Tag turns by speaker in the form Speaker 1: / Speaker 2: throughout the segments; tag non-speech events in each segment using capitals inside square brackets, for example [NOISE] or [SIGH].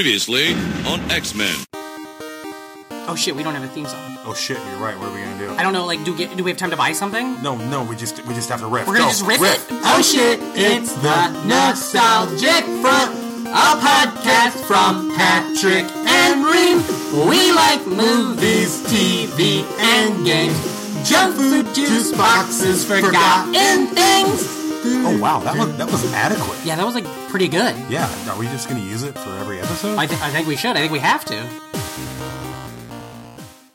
Speaker 1: Previously on X Men.
Speaker 2: Oh shit, we don't have a theme song.
Speaker 3: Oh shit, you're right. What are we gonna do?
Speaker 2: I don't know. Like, do get, do we have time to buy something?
Speaker 3: No, no, we just we just have to riff.
Speaker 2: We're gonna
Speaker 3: Go,
Speaker 2: just riff, it.
Speaker 3: Oh shit, it's the Nostalgic Front,
Speaker 2: a podcast from Patrick and Reem. We like
Speaker 3: movies, TV, and games, junk food, juice boxes,
Speaker 2: things.
Speaker 3: Oh wow, that was that was adequate.
Speaker 2: Yeah, that was like pretty good.
Speaker 3: Yeah, are we just gonna use it for every episode?
Speaker 2: I, th- I think we should. I think we have to.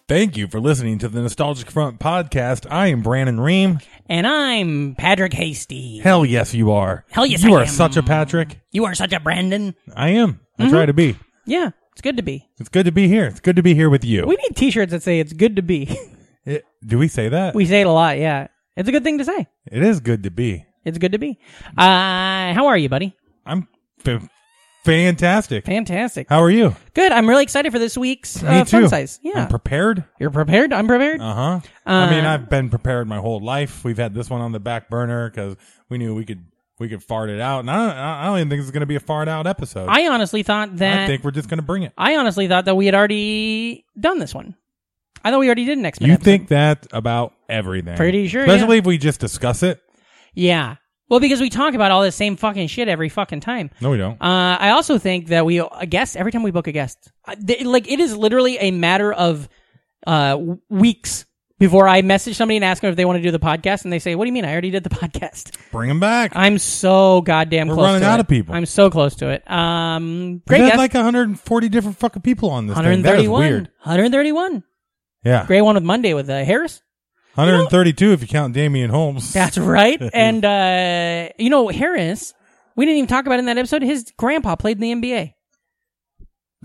Speaker 4: Thank you for listening to the Nostalgic Front podcast. I am Brandon Ream.
Speaker 5: And I'm Patrick Hasty.
Speaker 4: Hell yes, you are.
Speaker 5: Hell yes,
Speaker 4: you
Speaker 5: I
Speaker 4: are
Speaker 5: am.
Speaker 4: such a Patrick.
Speaker 5: You are such a Brandon.
Speaker 4: I am. I try to be.
Speaker 5: Yeah, it's good to be.
Speaker 4: It's good to be here. It's good to be here with you.
Speaker 5: We need T-shirts that say "It's good to be." [LAUGHS]
Speaker 4: It- do we say that?
Speaker 5: we say it a lot. Yeah, it's a good thing to say.
Speaker 4: it is good to be.
Speaker 5: It's good to be. Uh, how are you, buddy?
Speaker 4: I'm f- fantastic.
Speaker 5: Fantastic.
Speaker 4: How are you?
Speaker 5: Good. I'm really excited for this week's
Speaker 4: Me
Speaker 5: uh,
Speaker 4: too.
Speaker 5: fun size. Yeah, Uh,
Speaker 4: I'm prepared.
Speaker 5: you're prepared. I'm prepared.
Speaker 4: Uh-huh. I mean, I've been prepared my whole life. We've had this one on the back burner because we knew we could we could fart it out, and I don't, I don't even think it's going to be a fart out episode.
Speaker 5: I honestly thought that.
Speaker 4: I think we're just going to bring it.
Speaker 5: I honestly thought that we had already done this one. I thought we already did an X Men.
Speaker 4: You think that about everything?
Speaker 5: Pretty sure,
Speaker 4: especially if we just discuss it.
Speaker 5: Yeah. Well, because we talk about all the same fucking shit every fucking time.
Speaker 4: No, we don't.
Speaker 5: Uh, I also think that we a guest every time we book a guest, uh, th- like it is literally a matter of uh, w- weeks before I message somebody and ask them if they want to do the podcast, and they say, "What do you mean? I already did the [LAUGHS] podcast."
Speaker 4: Bring him back.
Speaker 5: I'm so goddamn
Speaker 4: We're
Speaker 5: close.
Speaker 4: running
Speaker 5: to it.
Speaker 4: out of people.
Speaker 5: I'm so close to it. Um,
Speaker 4: We
Speaker 5: great
Speaker 4: had
Speaker 5: guest.
Speaker 4: like 140 different fucking people on this thing. That is
Speaker 5: 131.
Speaker 4: weird.
Speaker 5: 131.
Speaker 4: Yeah,
Speaker 5: Great one with Monday with uh,
Speaker 4: [LAUGHS]
Speaker 5: Harris.
Speaker 4: 132 if you count Damian Holmes.
Speaker 5: That's right. and uh, you know Harris, we didn't even talk about it in that episode. His grandpa played in the NBA.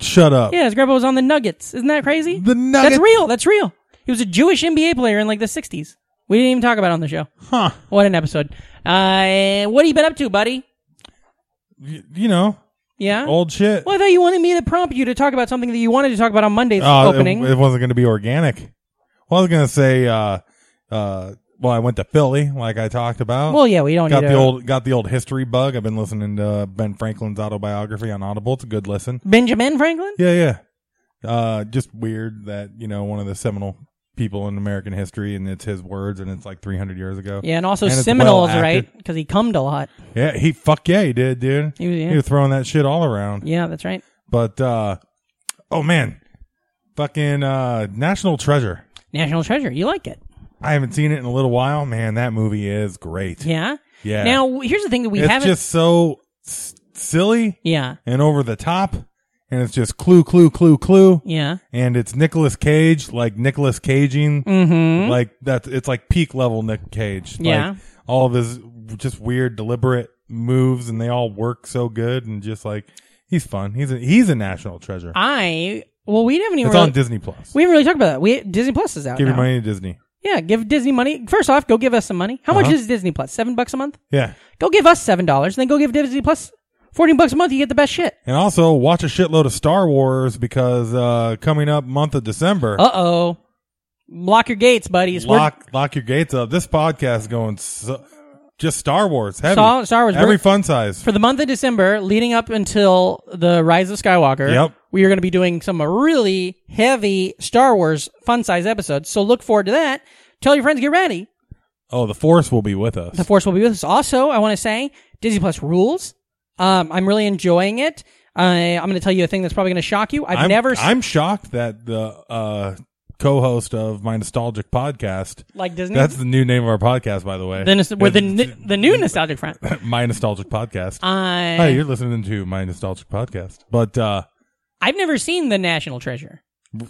Speaker 4: Shut up.
Speaker 5: Yeah, his grandpa was on the Nuggets. Isn't that crazy?
Speaker 4: The Nuggets.
Speaker 5: That's real. That's real. He was a Jewish NBA player in like the 60s. We didn't even talk about it on the show.
Speaker 4: Huh?
Speaker 5: What an episode. Uh, what have you been up to, buddy?
Speaker 4: Y- you know,
Speaker 5: Yeah?
Speaker 4: old shit.
Speaker 5: Well, I thought you wanted me to prompt you to talk about something that you wanted to talk about on Monday's
Speaker 4: Uh, it-
Speaker 5: opening.
Speaker 4: It, wasn't going to be organic. Well, I was going to say. uh uh Well, I went to Philly, like I talked about.
Speaker 5: well, yeah, we don't
Speaker 4: Got
Speaker 5: need
Speaker 4: the
Speaker 5: to
Speaker 4: old got the old history bug. I've been listening to Ben Franklin's autobiography on Audible. It's a good listen.
Speaker 5: Benjamin Franklin?
Speaker 4: Yeah, yeah. Uh, just weird that you know one of the seminal people in American history, and it's his words, and it's like 300 years ago.
Speaker 5: Yeah, and also
Speaker 4: And it's
Speaker 5: Seminoles,
Speaker 4: well
Speaker 5: right?
Speaker 4: acted.
Speaker 5: Because he cummed a lot.
Speaker 4: Yeah, he fuck yeah, he did, dude.
Speaker 5: He was- yeah.
Speaker 4: He was throwing that shit all around.
Speaker 5: Yeah, that's right.
Speaker 4: But uh, oh man, fucking uh, National Treasure.
Speaker 5: National Treasure. You like it.
Speaker 4: I haven't seen it in a little while. Man, that movie is great.
Speaker 5: Yeah?
Speaker 4: Yeah.
Speaker 5: Now, w- here's the thing that we
Speaker 4: it's
Speaker 5: haven't.
Speaker 4: just so s- silly
Speaker 5: yeah.
Speaker 4: and over the top, and it's just clue, clue, clue, clue.
Speaker 5: Yeah.
Speaker 4: and it's Nicolas Cage, like Nicolas Caging,
Speaker 5: Mhm.
Speaker 4: like that's it's like peak level Nick Cage. Like,
Speaker 5: Yeah.
Speaker 4: all of his just weird, deliberate moves, and they all work so good, and just like he's fun. He's a, he's a national treasure.
Speaker 5: I. Well, we haven't even
Speaker 4: it's
Speaker 5: really.
Speaker 4: on Disney Plus.
Speaker 5: we haven't really talked about that. We Disney Plus is out.
Speaker 4: Give your
Speaker 5: now.
Speaker 4: money to Disney.
Speaker 5: Yeah, give Disney money. First off, go give us some money. How much
Speaker 4: Uh-huh.
Speaker 5: is Disney Plus? Seven bucks a month?
Speaker 4: Yeah,
Speaker 5: Go give us seven dollars, and then go give Disney Plus fourteen bucks a month. You get the best shit.
Speaker 4: and also watch a shitload of Star Wars because uh coming up month of December.
Speaker 5: Uh oh, lock your gates, buddies. We're-
Speaker 4: Lock lock your gates up. This podcast is going so, just Star Wars heavy.
Speaker 5: Star- Star Wars.
Speaker 4: every
Speaker 5: We're-
Speaker 4: fun size.
Speaker 5: for the month of December, leading up until the Rise of Skywalker.
Speaker 4: Yep.
Speaker 5: We are going to be doing some really heavy Star Wars fun size episodes. So look forward to that. Tell your friends, get ready.
Speaker 4: oh, the Force will be with us.
Speaker 5: The Force will be with us. Also, I want to say Disney Plus rules. Um, I'm really enjoying it. I, I'm going to tell you a thing that's probably going to shock you. I've
Speaker 4: I'm,
Speaker 5: never s-
Speaker 4: I'm shocked that the uh, co-host of my nostalgic podcast.
Speaker 5: like Disney.
Speaker 4: That's the new name of our podcast, by the way.
Speaker 5: the nos- with the
Speaker 4: It's
Speaker 5: ni- the new nostalgic
Speaker 4: [COUGHS]
Speaker 5: front. I
Speaker 4: [LAUGHS] my nostalgic podcast. Hi, you're listening to my nostalgic podcast, but uh,
Speaker 5: I've never seen the National Treasure.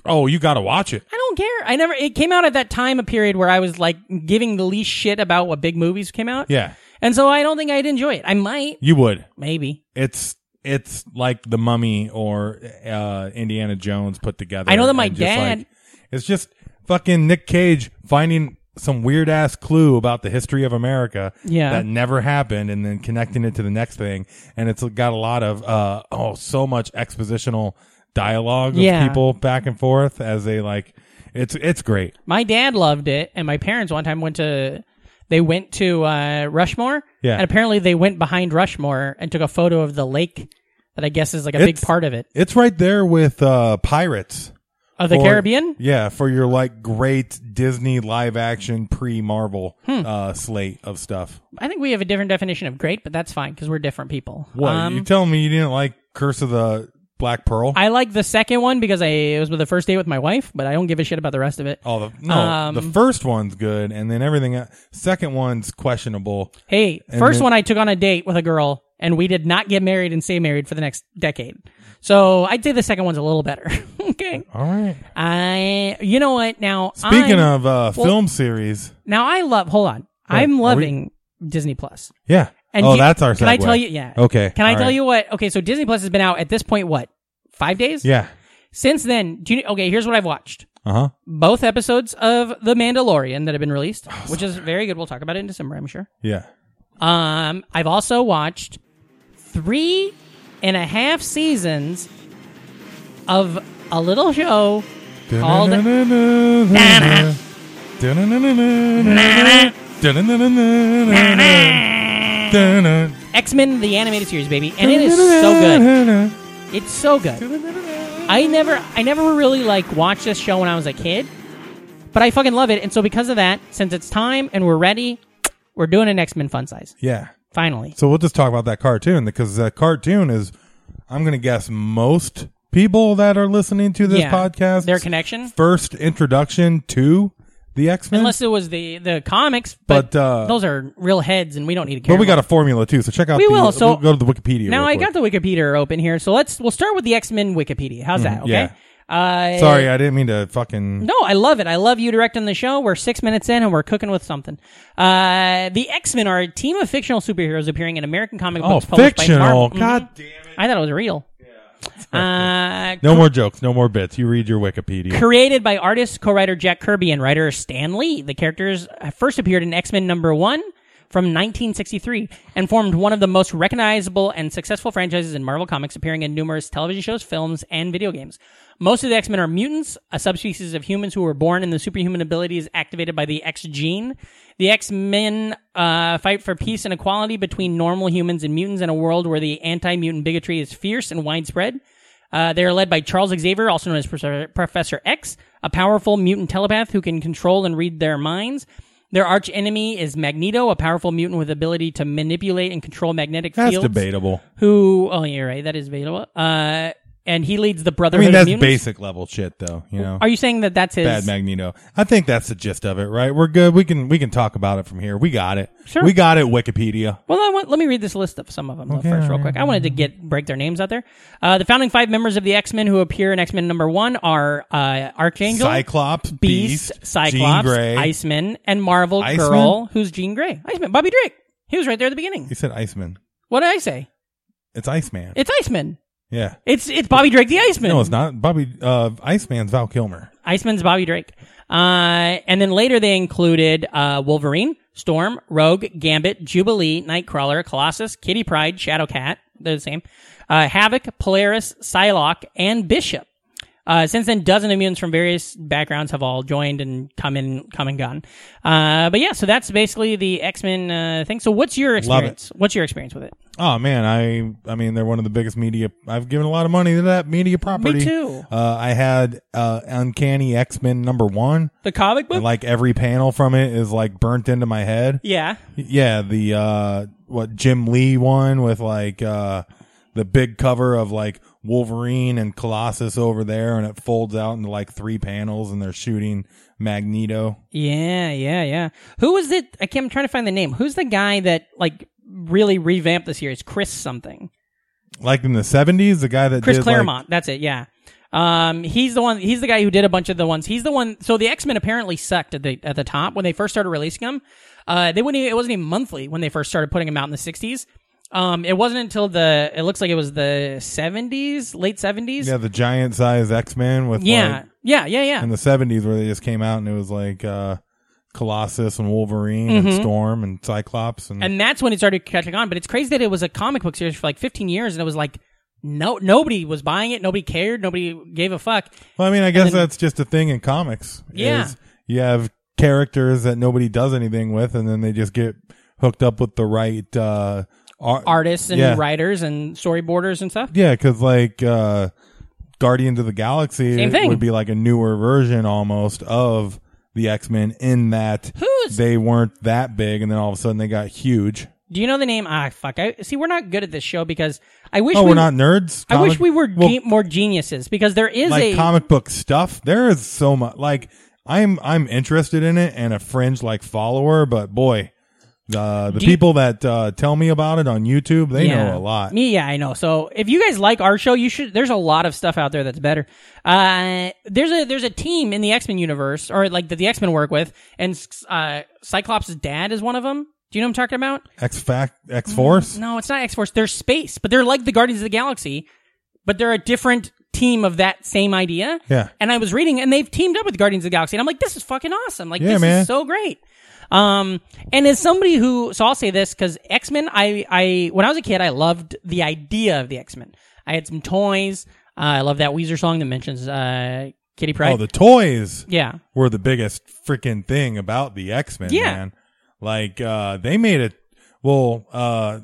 Speaker 4: oh, you got to watch it.
Speaker 5: I don't care. I never. It came out at that time a period where I was like giving the least shit about what big movies came out.
Speaker 4: Yeah,
Speaker 5: and so I don't think I'd enjoy it. I might,
Speaker 4: you would.
Speaker 5: maybe.
Speaker 4: It's it's like the Mummy or uh, Indiana Jones put together.
Speaker 5: I know that my
Speaker 4: and just
Speaker 5: dad-
Speaker 4: like- it's just fucking Nick Cage finding some weird ass clue about the history of America
Speaker 5: Yeah.
Speaker 4: that never happened and then connecting it to the next thing. And it's got a lot of, uh, oh, so much expositional dialogue of
Speaker 5: Yeah.
Speaker 4: people back and forth as they like, it's, it's great.
Speaker 5: My dad loved it, and my parents one time went to. They went to uh, Rushmore,
Speaker 4: Yeah.
Speaker 5: and apparently they went behind Rushmore and took a photo of the lake that I guess is like a big
Speaker 4: It's-
Speaker 5: part of it.
Speaker 4: It's right there with uh, Pirates.
Speaker 5: Of the
Speaker 4: for-
Speaker 5: Caribbean?
Speaker 4: Yeah, for your like great Disney live action pre Marvel
Speaker 5: Hmm.
Speaker 4: uh, slate of stuff.
Speaker 5: I think we have a different definition of great, but that's fine because we're different people.
Speaker 4: What
Speaker 5: Um,
Speaker 4: you telling me you didn't like Curse of the Black Pearl?
Speaker 5: I like the second one because I it was the first date with my wife, but I don't give a shit about the rest of it.
Speaker 4: oh, the, no,
Speaker 5: um,
Speaker 4: the first one's good, and then everything. el- Second one's questionable.
Speaker 5: Hey,
Speaker 4: And
Speaker 5: first
Speaker 4: then-
Speaker 5: one I took on a date with a girl, and we did not get married and stay married for the next decade. So I'd say the second one's a little better. [LAUGHS] okay.
Speaker 4: All right.
Speaker 5: I, you know what? Now
Speaker 4: Speaking
Speaker 5: I'm-
Speaker 4: of uh, film series,
Speaker 5: now I love. Hold on,
Speaker 4: Right, are
Speaker 5: I'm
Speaker 4: we-
Speaker 5: loving Disney Plus.
Speaker 4: yeah.
Speaker 5: And
Speaker 4: oh,
Speaker 5: do-
Speaker 4: that's our.
Speaker 5: Can I
Speaker 4: segue.
Speaker 5: tell you? Yeah.
Speaker 4: Okay.
Speaker 5: Can I
Speaker 4: all
Speaker 5: tell
Speaker 4: right.
Speaker 5: you what? Okay, so Disney Plus has been out at this point. What? Five days.
Speaker 4: Yeah.
Speaker 5: Since then, do you? Okay, here's what I've watched.
Speaker 4: Uh huh.
Speaker 5: both episodes of The Mandalorian that have been released,
Speaker 4: Oh,
Speaker 5: which is very good. We'll talk about it in December, I'm sure.
Speaker 4: Yeah.
Speaker 5: Um, I've also watched three and a half seasons of a little show called
Speaker 4: Da-na-na-na-na-na. Da-na-na-na-na-na. Da-na-na-na-na-na. Da-na.
Speaker 5: X Men: The Animated Series, baby, and it is so good. It's so good. I never, I never really like watched this show when I was a kid, but I fucking love it. And so because of that, since it's time and we're ready, we're doing an X Men fun size
Speaker 4: Yeah.
Speaker 5: finally.
Speaker 4: So we'll just talk about that cartoon because that cartoon is, I'm going to guess, most people that are listening to this
Speaker 5: Yeah.
Speaker 4: podcast,
Speaker 5: Their connection?
Speaker 4: first introduction to the X Men.
Speaker 5: Unless it was the the comics, but,
Speaker 4: But, uh,
Speaker 5: those are real heads, and we don't need to care.
Speaker 4: But we
Speaker 5: about
Speaker 4: got a formula too, so check out.
Speaker 5: We
Speaker 4: the,
Speaker 5: will, so-
Speaker 4: we'll go to the Wikipedia.
Speaker 5: now.
Speaker 4: real
Speaker 5: I
Speaker 4: quick.
Speaker 5: got the Wikipedia open here, so let's we'll start with the X Men Wikipedia. How's
Speaker 4: Mm-hmm.
Speaker 5: that? Okay. Uh,
Speaker 4: Sorry, I didn't mean to fucking.
Speaker 5: No, I love it. I love you directing the show. We're six minutes in and we're cooking with something. Uh, the X Men are a team of fictional superheroes appearing in American comic
Speaker 4: oh,
Speaker 5: books published by
Speaker 4: fictional!
Speaker 5: Marvel. Mhm.
Speaker 4: God damn it!
Speaker 5: I thought it was real. Uh,
Speaker 4: No more jokes, no more bits. You read your Wikipedia.
Speaker 5: created by artist, co-writer Jack Kirby and writer Stan Lee. The characters uh, first appeared in X-Men number 1 from 1963 and formed one of the most recognizable and successful franchises in Marvel Comics, appearing in numerous television shows, films, and video games. Most of the X-Men are mutants, a subspecies of humans who were born and the superhuman abilities activated by the X gene. The X-Men uh, fight for peace and equality between normal humans and mutants in a world where the anti-mutant bigotry is fierce and widespread. Uh, they are led by Charles Xavier, also known as Professor, Professor X, a powerful mutant telepath who can control and read their minds. Their arch enemy is Magneto, a powerful mutant with ability to manipulate and control magnetic
Speaker 4: That's
Speaker 5: fields.
Speaker 4: debatable.
Speaker 5: Who? Oh, you're right. That is debatable. Uh, and he leads the
Speaker 4: I
Speaker 5: Brotherhood.
Speaker 4: mean,
Speaker 5: of
Speaker 4: that's
Speaker 5: Mutants.
Speaker 4: basic level shit, though. You know,
Speaker 5: Are you saying that that's his?
Speaker 4: bad Magneto. I think that's the gist of it, right? We're good. We can we can talk about it from here. We got it.
Speaker 5: Sure.
Speaker 4: We got it. Wikipedia.
Speaker 5: Well, I want, let me read this list of some of them though,
Speaker 4: Okay,
Speaker 5: first,
Speaker 4: all
Speaker 5: real
Speaker 4: right,
Speaker 5: quick. I wanted to get break their names out there. Uh, the founding five members of the X Men who appear in X Men number one are uh, Archangel,
Speaker 4: Cyclops,
Speaker 5: Beast,
Speaker 4: Beast, Jean
Speaker 5: Cyclops,
Speaker 4: Grey.
Speaker 5: Iceman, and Marvel
Speaker 4: Iceman?
Speaker 5: Girl, who's Jean Grey. Iceman, Bobby Drake. He was right there at the beginning.
Speaker 4: You said Iceman.
Speaker 5: What did I say?
Speaker 4: It's Iceman.
Speaker 5: It's Iceman.
Speaker 4: yeah.
Speaker 5: It's it's Bobby Drake the Iceman.
Speaker 4: No, it's not. Bobby uh, Iceman's Val Kilmer.
Speaker 5: Iceman's Bobby Drake. Uh, and then later they included uh, Wolverine, Storm, Rogue, Gambit, Jubilee, Nightcrawler, Colossus, Kitty Pride, Shadowcat. They're the same. Uh, Havoc, Polaris, Psylocke, and Bishop. Uh, since then, dozen of mutants from various backgrounds have all joined and come in, come and gone. Uh, but yeah, so that's basically the X Men uh, thing. So, what's your experience? What's your experience with it?
Speaker 4: Oh man, I I mean they're one of the biggest media. I've given a lot of money to that media property.
Speaker 5: too.
Speaker 4: Uh, I had uh, Uncanny X Men number one.
Speaker 5: The comic book?
Speaker 4: And, like every panel from it is like burnt into my head.
Speaker 5: yeah.
Speaker 4: Yeah, the uh what Jim Lee one with like uh the big cover of like Wolverine and Colossus over there and it folds out into like three panels and they're shooting Magneto.
Speaker 5: Yeah, yeah, yeah. Who was it? I can't, I'm trying to find the name. Who's the guy that like really revamped the series? Chris something.
Speaker 4: Like in the seventies, the guy that
Speaker 5: Chris
Speaker 4: did, like-
Speaker 5: Claremont. that's it. Yeah. Um, he's the one. He's the guy who did a bunch of the ones. He's the one. So the X Men apparently sucked at the at the top when they first started releasing them. Uh, they wouldn't. Even, it wasn't even monthly when they first started putting them out in the '60s. Um, it wasn't until the. It looks like it was the '70s, late '70s.
Speaker 4: yeah, the giant size X Men with
Speaker 5: yeah,
Speaker 4: like,
Speaker 5: yeah, yeah, yeah.
Speaker 4: in the seventies where they just came out and it was like uh Colossus and Wolverine and Storm and Cyclops and,
Speaker 5: Mm-hmm. and that's when it started catching on. But it's crazy that it was a comic book series for like 15 years, and it was like no, nobody was buying it, nobody cared, nobody gave a fuck.
Speaker 4: Well, I mean, I guess that's just a thing in comics.
Speaker 5: Yeah.
Speaker 4: is you have characters that nobody does anything with, and then they just get hooked up with the right uh, Ar-
Speaker 5: artists and
Speaker 4: Yeah.
Speaker 5: writers and storyboarders and stuff.
Speaker 4: Yeah, because like uh, Guardians of the Galaxy
Speaker 5: Same thing.
Speaker 4: would be like a newer version almost of the X Men in that
Speaker 5: Who's?
Speaker 4: they weren't that big, and then all of a sudden they got huge.
Speaker 5: Do you know the name? Ah, fuck. I see. We're not good at this show because I wish
Speaker 4: Oh,
Speaker 5: we
Speaker 4: we're not nerds.
Speaker 5: I wish
Speaker 4: Comic-
Speaker 5: we were
Speaker 4: Well,
Speaker 5: ge- more geniuses because there is
Speaker 4: like
Speaker 5: a
Speaker 4: comic book stuff. There is so much. Like I'm I'm interested in it and a fringe like follower, but boy, the the
Speaker 5: Do you-
Speaker 4: people that uh, tell me about it on YouTube, they
Speaker 5: Yeah.
Speaker 4: know a lot.
Speaker 5: Me, yeah, I know. So if you guys like our show, you should. There's a lot of stuff out there that's better. Uh, there's a there's a team in the X Men universe, or like that the X Men work with, and uh, Cyclops' dad is one of them. Do you know what I'm talking about?
Speaker 4: X Fact X Force.
Speaker 5: Mm, No, it's not X Force. They're space, but they're like the Guardians of the Galaxy, but they're a different team of that same idea.
Speaker 4: Yeah.
Speaker 5: And I was reading, and they've teamed up with Guardians of the Galaxy, and I'm like, this is fucking awesome. Like,
Speaker 4: Yeah,
Speaker 5: this
Speaker 4: man.
Speaker 5: is so great. Um, and as somebody who, so I'll say this because X Men, I, I, when I was a kid, I loved the idea of the X Men. I had some toys. Uh, I love that Weezer song that mentions uh, Kitty Pryde.
Speaker 4: Oh, the toys.
Speaker 5: yeah.
Speaker 4: were the biggest freaking thing about the X-Men,
Speaker 5: Yeah.
Speaker 4: man. Like uh they made it well, uh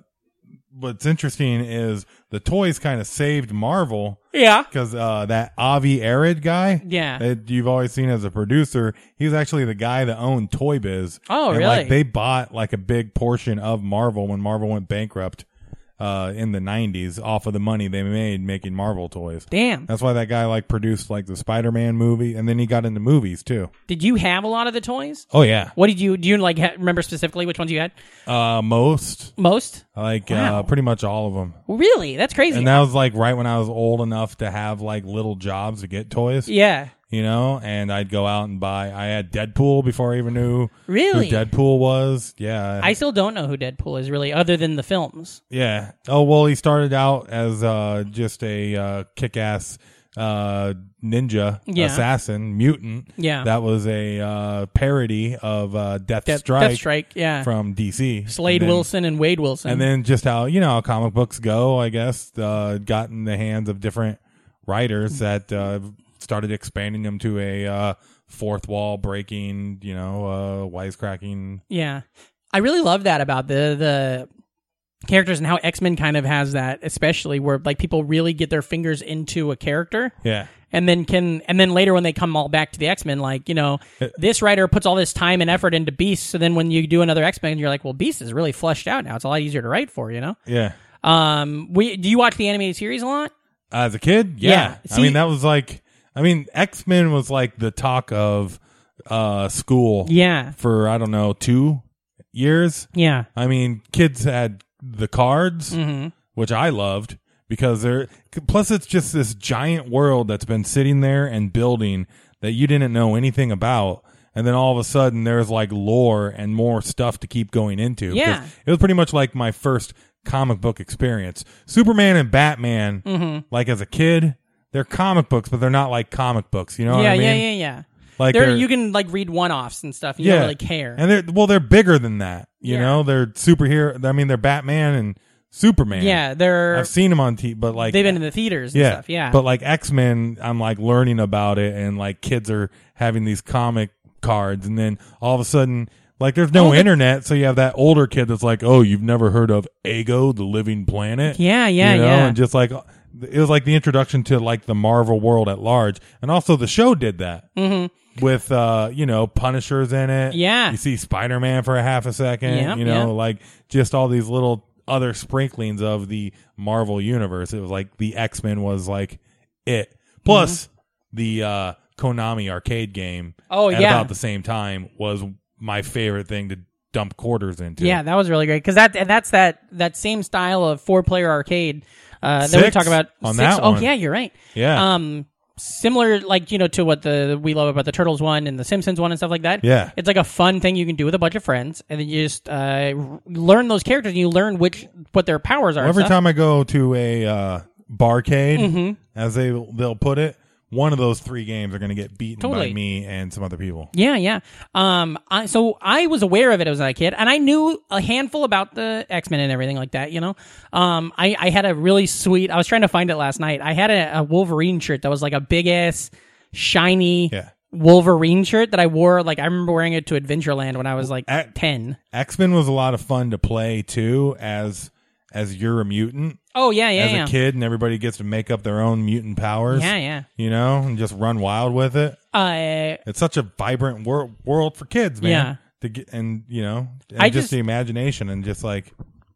Speaker 4: what's interesting is the toys kind of saved Marvel
Speaker 5: Yeah.
Speaker 4: cuz uh that Avi Arid guy
Speaker 5: Yeah.
Speaker 4: that you've always seen as a producer, he's actually the guy that owned Toy Biz.
Speaker 5: Oh,
Speaker 4: and,
Speaker 5: really?
Speaker 4: Like they bought like a big portion of Marvel when Marvel went bankrupt uh in the 90s off of the money they made making Marvel toys.
Speaker 5: Damn.
Speaker 4: That's why that guy like produced like the Spider-Man movie and then he got into movies too.
Speaker 5: Did you have a lot of the toys?
Speaker 4: Oh yeah.
Speaker 5: What did you, do you like ha- remember specifically which ones you had?
Speaker 4: Uh, most
Speaker 5: Most?
Speaker 4: like
Speaker 5: Wow.
Speaker 4: uh, pretty much all of them.
Speaker 5: Really? That's crazy.
Speaker 4: And that was like right when I was old enough to have like little jobs to get toys,
Speaker 5: yeah.
Speaker 4: you know. And I'd go out and buy. I had Deadpool before I even knew
Speaker 5: Really?
Speaker 4: who Deadpool was. Yeah,
Speaker 5: I still don't know who Deadpool is really, other than the films.
Speaker 4: yeah. Oh well, he started out as uh, just a uh, kick-ass uh, ninja
Speaker 5: Yeah.
Speaker 4: assassin mutant.
Speaker 5: Yeah.
Speaker 4: that was a uh, parody of uh, Death,
Speaker 5: Death
Speaker 4: Strike,
Speaker 5: Death Strike, yeah.
Speaker 4: from DC.
Speaker 5: Slade
Speaker 4: And then-
Speaker 5: Wilson and Wade Wilson.
Speaker 4: and then just how you know how comic books go i guess uh got in the hands of different writers
Speaker 5: Mm-hmm.
Speaker 4: that uh started expanding them to a uh fourth wall breaking you know uh wisecracking
Speaker 5: yeah, I really love that about the the characters and how X Men kind of has that, especially where like people really get their fingers into a character.
Speaker 4: yeah
Speaker 5: And then can and then later when they come all back to the X Men, like you know,
Speaker 4: Uh,
Speaker 5: this writer puts all this time and effort into Beast. So then when you do another X Men, you're like, well, Beast is really fleshed out now. It's a lot easier to write for, you know.
Speaker 4: yeah
Speaker 5: Um, we do you watch the animated series a lot?
Speaker 4: as a kid yeah,
Speaker 5: Yeah.
Speaker 4: i
Speaker 5: See-
Speaker 4: mean that was like i mean x-men was like the talk of uh school
Speaker 5: Yeah,
Speaker 4: for i don't know two years
Speaker 5: yeah,
Speaker 4: I mean, kids had the cards,
Speaker 5: Mm-hmm.
Speaker 4: which I loved because they're. Plus, it's just this giant world that's been sitting there and building that you didn't know anything about. And then all of a sudden, there's like lore and more stuff to keep going into.
Speaker 5: Yeah.
Speaker 4: Because It was pretty much like my first comic book experience. Superman and Batman,
Speaker 5: Mm-hmm.
Speaker 4: like as a kid, they're comic books, but they're not like comic books. You know what
Speaker 5: yeah,
Speaker 4: I mean?
Speaker 5: yeah, yeah, yeah.
Speaker 4: Like
Speaker 5: there,
Speaker 4: they're-
Speaker 5: you can like read one offs and stuff. And You don't really care.
Speaker 4: And they're well, they're bigger than that. You
Speaker 5: Yeah.
Speaker 4: know, they're superhero. I mean, they're Batman and Superman.
Speaker 5: yeah, they're
Speaker 4: I've seen them on TV, but like
Speaker 5: they've been in the theaters. And
Speaker 4: yeah,
Speaker 5: stuff. yeah.
Speaker 4: But like X Men, I'm like learning about it, and like kids are having these comic cards, and then all of a sudden. Like there's no
Speaker 5: Oh, the-
Speaker 4: internet, so you have that older kid that's like, "Oh, you've never heard of Ego, the Living Planet?"
Speaker 5: Yeah, yeah,
Speaker 4: you know?
Speaker 5: yeah.
Speaker 4: And just like it was like the introduction to like the Marvel world at large, and also the show did that with uh, you know Punishers in it.
Speaker 5: Mm-hmm. Yeah.
Speaker 4: you see Spider Man for a half a second.
Speaker 5: Yep,
Speaker 4: you know,
Speaker 5: yeah.
Speaker 4: like just all these little other sprinklings of the Marvel universe. It was like the X Men was like it. Plus the uh, Konami arcade game.
Speaker 5: Mm-hmm. Oh,
Speaker 4: at
Speaker 5: yeah.
Speaker 4: about the same time was my favorite thing to dump quarters into.
Speaker 5: yeah, that was really great because that and that's that that same style of four player arcade uh, that we
Speaker 4: Six
Speaker 5: talk about.
Speaker 4: on
Speaker 5: six-
Speaker 4: that
Speaker 5: Oh
Speaker 4: one.
Speaker 5: yeah, you're right.
Speaker 4: yeah,
Speaker 5: Um, similar like you know to what the we love about the Turtles one and the Simpsons one and stuff like that.
Speaker 4: Yeah.
Speaker 5: it's like a fun thing you can do with a bunch of friends, and then you just uh, r- learn those characters and you learn which what their powers are. and
Speaker 4: Every
Speaker 5: stuff.
Speaker 4: time I go to a uh, barcade,
Speaker 5: Mm-hmm.
Speaker 4: as they they'll put it, one of those three games are going to get beaten
Speaker 5: Totally.
Speaker 4: by me and some other people.
Speaker 5: Yeah, yeah. Um, I, so I was aware of it as a kid, and I knew a handful about the X Men and everything like that. You know, um, I, I had a really sweet. I was trying to find it last night. I had a, a Wolverine shirt that was like a big ass, shiny
Speaker 4: Yeah.
Speaker 5: Wolverine shirt that I wore. Like I remember wearing it to Adventureland when I was like
Speaker 4: At-
Speaker 5: ten.
Speaker 4: X Men was a lot of fun to play too, as as you're a mutant
Speaker 5: Oh yeah, yeah,
Speaker 4: as
Speaker 5: yeah.
Speaker 4: a kid, and everybody gets to make up their own mutant powers.
Speaker 5: Yeah, yeah.
Speaker 4: You know, and just run wild with it.
Speaker 5: Uh,
Speaker 4: It's such a vibrant wor- world for kids, man.
Speaker 5: Yeah.
Speaker 4: To get, and you know, and
Speaker 5: I
Speaker 4: just,
Speaker 5: just-
Speaker 4: the imagination and just like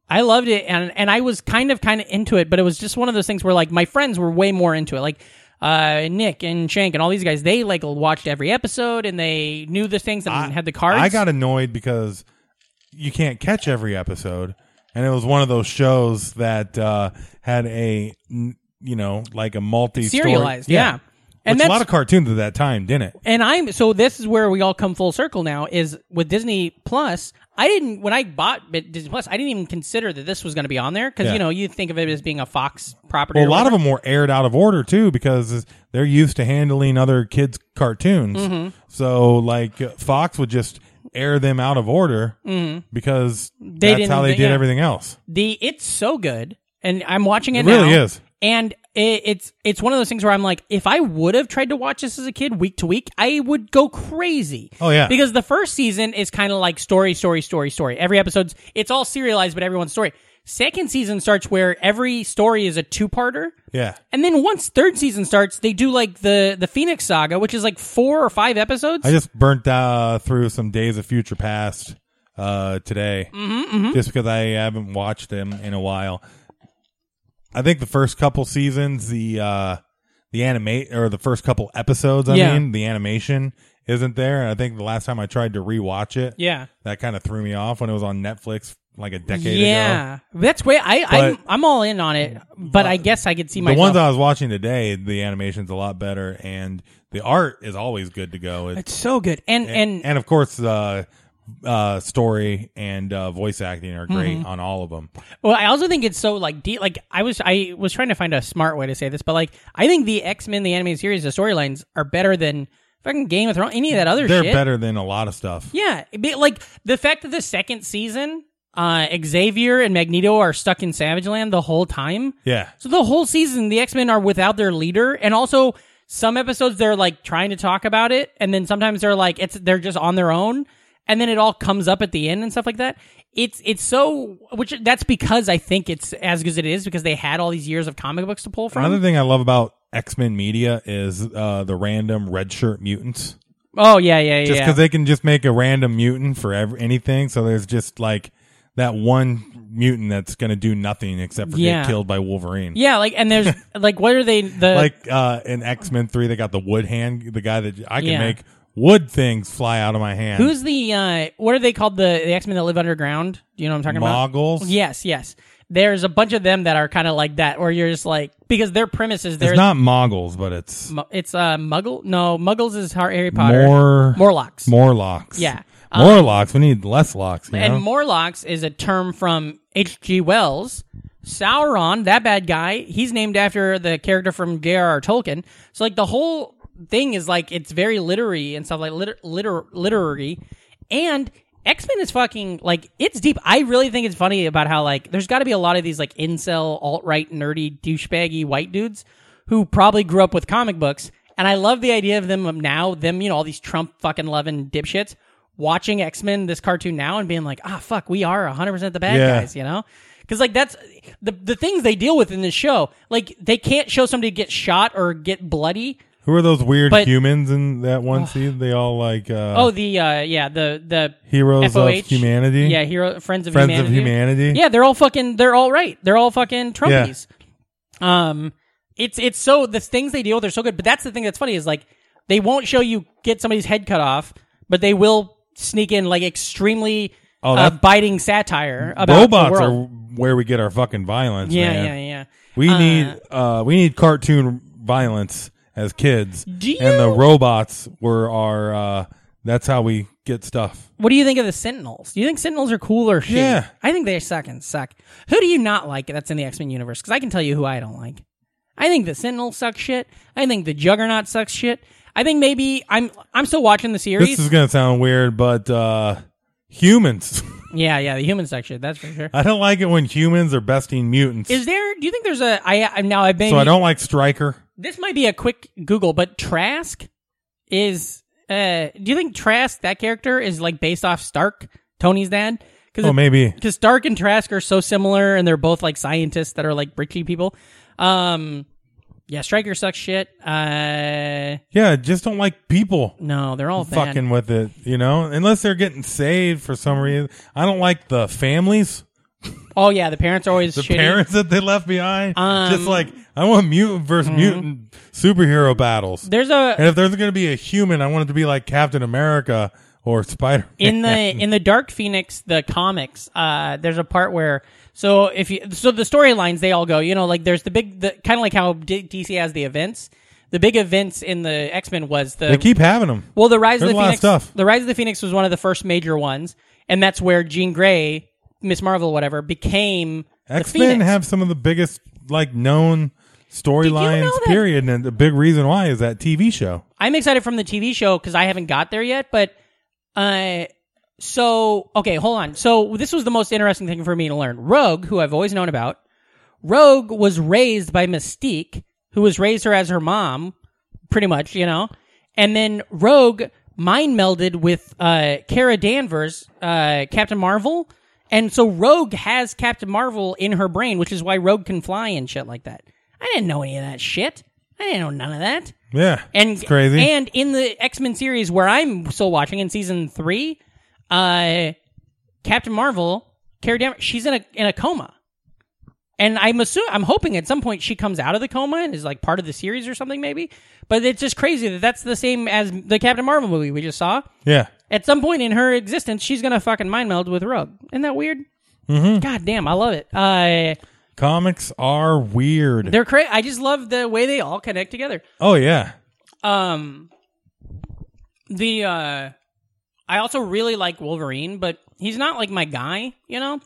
Speaker 5: I loved it, and and I was kind of kind of into it, but it was just one of those things where like my friends were way more into it, like uh, Nick and Shank and all these guys. They like watched every episode and they knew the things and had the cards.
Speaker 4: I got annoyed because you can't catch every episode, and it was one of those shows that uh, had a n- you know like a multi
Speaker 5: serialized, yeah.
Speaker 4: And
Speaker 5: And
Speaker 4: Which a
Speaker 5: that's
Speaker 4: lot of cartoons at that time, didn't it?
Speaker 5: and I'm so this is where we all come full circle now is with Disney Plus. I didn't when I bought Bi- Disney Plus, I didn't even consider that this was going to be on there because
Speaker 4: Yeah.
Speaker 5: you know you think of it as being a Fox property.
Speaker 4: Well,
Speaker 5: or
Speaker 4: a lot of
Speaker 5: whatever.
Speaker 4: them were aired out of order too because they're used to handling other kids' cartoons. So, like Fox would just air them out of order because that's
Speaker 5: didn't-
Speaker 4: how they
Speaker 5: they-
Speaker 4: did
Speaker 5: yeah.
Speaker 4: everything else.
Speaker 5: the it's so good, and I'm watching it.
Speaker 4: It really
Speaker 5: now,
Speaker 4: is.
Speaker 5: and it, it's it's one of those things where I'm like, if I would have tried to watch this as a kid, week to week, I would go crazy.
Speaker 4: Oh, yeah.
Speaker 5: because the first season is kind of like story, story, story, story. Every episode's it's all serialized, but everyone's story. Second season starts where every story is a two parter.
Speaker 4: Yeah,
Speaker 5: And then once third season starts, they do like the the Phoenix Saga, which is like four or five episodes.
Speaker 4: I just burnt uh, through some Days of Future Past uh, today
Speaker 5: Mm-hmm,
Speaker 4: just because I haven't watched them in a while. I think the first couple seasons, the uh, the animate or the first couple episodes, I
Speaker 5: Yeah.
Speaker 4: mean, the animation isn't there. And I think the last time I tried to rewatch it,
Speaker 5: yeah.
Speaker 4: that kind of threw me off when it was on Netflix like a decade ago.
Speaker 5: Yeah. That's great. I I'm, I'm all in on it, but I guess I could see
Speaker 4: uh, The
Speaker 5: myself.
Speaker 4: ones I was watching today, the animation's a lot better, and the art is always good to go. It's
Speaker 5: it's so good. And and,
Speaker 4: and of course uh uh story and uh voice acting are great
Speaker 5: Mm-hmm.
Speaker 4: on all of them
Speaker 5: well, I also think it's so like deep. Like I was I was trying to find a smart way to say this, but like I think the X Men the animated series the storylines are better than fucking Game of Thrones any of that other
Speaker 4: they're
Speaker 5: shit.
Speaker 4: better than a lot of stuff
Speaker 5: Yeah, it'd be- like the fact that the second season, uh, Xavier and Magneto are stuck in Savage Land the whole time.
Speaker 4: yeah
Speaker 5: So the whole season, the X Men are without their leader, and also some episodes they're like trying to talk about it, and then sometimes they're like it's they're just on their own, and then it all comes up at the end and stuff like that. It's it's so which that's because I think it's as good as it is because they had all these years of comic books to pull from.
Speaker 4: another thing i love about x-men media is uh the random red shirt mutants
Speaker 5: oh yeah yeah yeah.
Speaker 4: just because they can just make a random mutant for ev- anything so there's just like that one mutant that's gonna do nothing except for
Speaker 5: Yeah.
Speaker 4: get killed by wolverine
Speaker 5: yeah, like and
Speaker 4: [LAUGHS]
Speaker 5: there's like what are they the
Speaker 4: like uh in x-men 3 they got the wood hand the guy that i can
Speaker 5: Yeah.
Speaker 4: make wood things fly out of my hand
Speaker 5: Who's the uh what are they called the, the X Men that live underground? Do you know what I'm talking about?
Speaker 4: moggles
Speaker 5: Yes, yes. There's a bunch of them that are kind of like that, where you're just like because their premise is
Speaker 4: it's
Speaker 5: there's
Speaker 4: not moggles but it's
Speaker 5: mu- it's uh Muggle. No, Muggles is Har- Harry Potter.
Speaker 4: More-
Speaker 5: Morlocks.
Speaker 4: Morlocks.
Speaker 5: Yeah. Um,
Speaker 4: More Morlocks. We need less locks. You
Speaker 5: and
Speaker 4: know?
Speaker 5: Morlocks is a term from H.G. Wells. Sauron, that bad guy, he's named after the character from J.R.R. Tolkien. So like the whole thing is like it's very literary and stuff like liter- liter- literary, and X Men is fucking like it's deep. I really think it's funny about how like there's got to be a lot of these like incel alt right nerdy douchebaggy white dudes who probably grew up with comic books, and I love the idea of them now. Them you know all these Trump fucking loving dipshits watching X Men this cartoon now and being like, ah, fuck, we are 100 percent the bad
Speaker 4: Yeah.
Speaker 5: guys, you know? Because like that's the the things they deal with in this show. Like they can't show somebody get shot or get bloody.
Speaker 4: Who are those weird
Speaker 5: But-
Speaker 4: humans in that one season? They all like uh,
Speaker 5: Oh, the uh, yeah, the the
Speaker 4: Heroes of
Speaker 5: FOH.
Speaker 4: Humanity?
Speaker 5: Yeah, hero friends of
Speaker 4: Friends of
Speaker 5: humanity.
Speaker 4: Humanity?
Speaker 5: [LAUGHS] Yeah, they're all fucking. They're all right. They're all fucking Trumpies. Um, it's it's so the things they deal with are so good. But that's the thing that's funny is like they won't show you get somebody's head cut off, but they will sneak in like extremely
Speaker 4: Oh,
Speaker 5: uh,
Speaker 4: that's-
Speaker 5: biting satire about the
Speaker 4: robots are
Speaker 5: world.
Speaker 4: where we get our fucking violence.
Speaker 5: Yeah,
Speaker 4: man.
Speaker 5: yeah, yeah.
Speaker 4: We
Speaker 5: Uh,
Speaker 4: need uh, we need cartoon violence as kids.
Speaker 5: Do
Speaker 4: And the
Speaker 5: you-
Speaker 4: robots were our. Uh, that's how we get stuff.
Speaker 5: What do you think of the Sentinels? Do you think Sentinels are cool or shit?
Speaker 4: Yeah.
Speaker 5: I think they suck and suck. Who do you not like that's in the X Men universe? Because I can tell you who I don't like. I think the Sentinels suck shit. I think the Juggernaut sucks shit. I think maybe I'm I'm still watching the series.
Speaker 4: This is gonna sound weird, but uh, humans. [LAUGHS]
Speaker 5: yeah, yeah, the humans suck shit. That's for sure.
Speaker 4: I don't like it when humans are besting mutants.
Speaker 5: Is there? Do you think there's a? I I'm now I've been.
Speaker 4: so I don't like Striker.
Speaker 5: This might be a quick Google, but Trask is. Uh, do you think Trask that character is like based off Stark, Tony's dad?
Speaker 4: Oh, maybe.
Speaker 5: because Stark and Trask are so similar, and they're both like scientists that are like richy people. Um, yeah, Stryker sucks shit. Uh,
Speaker 4: Yeah, just don't like people
Speaker 5: no, they're all bad.
Speaker 4: fucking with it, you know? Unless they're getting saved for some reason. I don't like the families,
Speaker 5: Oh yeah, the parents are always
Speaker 4: the
Speaker 5: shitty.
Speaker 4: parents that they left behind.
Speaker 5: Um, mm-hmm.
Speaker 4: just like, I want mutant versus mutant superhero battles.
Speaker 5: There's a
Speaker 4: and if there's going to be a human, I want it to be like Captain America or Spider
Speaker 5: in the in the Dark Phoenix, the comics, uh, there's a part where so if you so the storylines they all go, you know, like there's the big the kind of like how D- DC has the events. The big events in the X Men was the
Speaker 4: [LAUGHS] They keep having them.
Speaker 5: well, the Rise of
Speaker 4: There's
Speaker 5: the
Speaker 4: a lot of
Speaker 5: Phoenix.
Speaker 4: stuff.
Speaker 5: The Rise of the Phoenix was one of the first major ones, and that's where Jean Grey, Miss Marvel, whatever, became the
Speaker 4: X Men
Speaker 5: Phoenix.
Speaker 4: have some of the biggest, like, known
Speaker 5: know
Speaker 4: storylines,
Speaker 5: that-
Speaker 4: period. And the big reason why is that TV show.
Speaker 5: I'm excited from the TV show because I haven't got there yet. But, uh, so okay, hold on. So this was the most interesting thing for me to learn. Rogue, who I've always known about, Rogue was raised by Mystique, who was raised her as her mom, pretty much, you know. And then Rogue mind melded with uh, Kara Danvers, uh, Captain Marvel, and so Rogue has Captain Marvel in her brain, which is why Rogue can fly and shit like that. I didn't know any of that shit. I didn't know none of that.
Speaker 4: Yeah.
Speaker 5: And
Speaker 4: it's crazy.
Speaker 5: And in the X Men series where I'm still watching in season three, uh, Captain Marvel, Carrie Danvers, she's in a in a coma, and I'm assuming I'm hoping at some point she comes out of the coma and is like part of the series or something maybe. But it's just crazy that that's the same as the Captain Marvel movie we just saw.
Speaker 4: yeah.
Speaker 5: At some point in her existence, she's gonna fucking mind meld with Rogue. Isn't that weird? Mm-hmm. God damn, I love it. Uh,
Speaker 4: Comics are weird.
Speaker 5: they're cra- I just love the way they all connect together.
Speaker 4: oh, yeah.
Speaker 5: Um, the uh, I also really like Wolverine, but he's not like my guy, you know.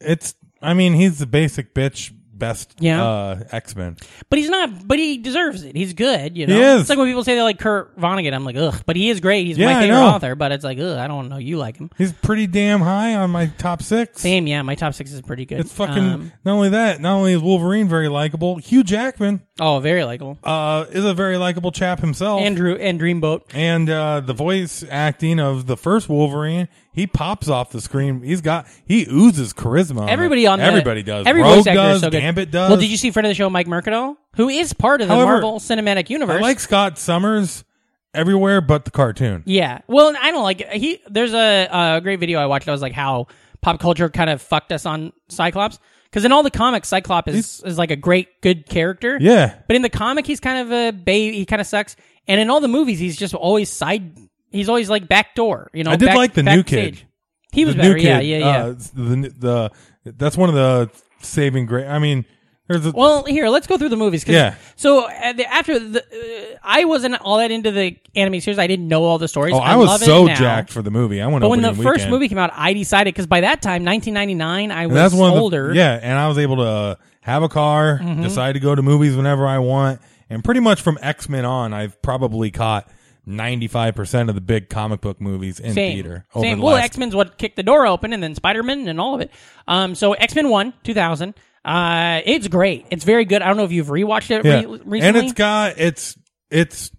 Speaker 4: It's, I mean, he's the basic bitch best
Speaker 5: Yeah.
Speaker 4: uh, X Men.
Speaker 5: But he's not. But he deserves it. He's good, you know.
Speaker 4: is.
Speaker 5: It's like when people say they like Kurt Vonnegut, I'm like, ugh. But he is great. He's
Speaker 4: Yeah,
Speaker 5: my
Speaker 4: I
Speaker 5: favorite
Speaker 4: know.
Speaker 5: author. But it's like, ugh, I don't know. You like him?
Speaker 4: He's pretty damn high on my top six.
Speaker 5: Damn, yeah. My top six is pretty good.
Speaker 4: It's fucking.
Speaker 5: Um,
Speaker 4: not only that, not only is Wolverine very likable, Hugh Jackman
Speaker 5: oh, very likable.
Speaker 4: uh, is a very likable chap himself.
Speaker 5: Andrew and Dreamboat.
Speaker 4: And uh, the voice acting of the first Wolverine, he pops off the screen. He's got he oozes charisma.
Speaker 5: Everybody on the,
Speaker 4: everybody does.
Speaker 5: Every
Speaker 4: Rogue
Speaker 5: voice actor
Speaker 4: does.
Speaker 5: is so good.
Speaker 4: Gambit does.
Speaker 5: Well, did you see friend of the show Mike Mercado, who is part of the
Speaker 4: However,
Speaker 5: Marvel Cinematic Universe?
Speaker 4: I like Scott Summers everywhere but the cartoon.
Speaker 5: Yeah. Well, and I don't like he. There's a, a great video I watched. I was like, how pop culture kind of fucked us on Cyclops because in all the comics, Cyclops is, is like a great good character.
Speaker 4: Yeah.
Speaker 5: But in the comic, he's kind of a baby. He kind of sucks. And in all the movies, he's just always side. He's always like backdoor. You know.
Speaker 4: I did
Speaker 5: back-
Speaker 4: like the new
Speaker 5: backstage.
Speaker 4: kid.
Speaker 5: He was
Speaker 4: The
Speaker 5: better.
Speaker 4: new
Speaker 5: yeah.
Speaker 4: kid,
Speaker 5: Yeah. Yeah.
Speaker 4: uh, the, the that's one of the saving grace. I mean, there's a,
Speaker 5: Well, here let's go through the movies. 'cause-
Speaker 4: Yeah.
Speaker 5: So uh, the- after the, uh, I wasn't all that into the anime series. I didn't know all the stories.
Speaker 4: oh, I,
Speaker 5: love
Speaker 4: was
Speaker 5: it
Speaker 4: so
Speaker 5: now.
Speaker 4: jacked for the movie. I went.
Speaker 5: But Oh, when the
Speaker 4: opening
Speaker 5: first
Speaker 4: weekend.
Speaker 5: movie came out, I decided because by that time, 1999, I was
Speaker 4: And that's one of the-
Speaker 5: older. Mm-hmm.
Speaker 4: yeah, and I was able to have a car, decide to go to movies whenever I want, and pretty much from X Men on, I've probably caught ninety five percent of the big comic book movies in
Speaker 5: same.
Speaker 4: theater. Over
Speaker 5: Same.
Speaker 4: the
Speaker 5: Well,
Speaker 4: last-
Speaker 5: X Men's what kicked the door open, and then Spider Man and all of it. Um, so X Men One, 2000. Uh, it's great. It's very good. I don't know if you've rewatched it
Speaker 4: yeah.
Speaker 5: re- recently.
Speaker 4: and it's got it's it's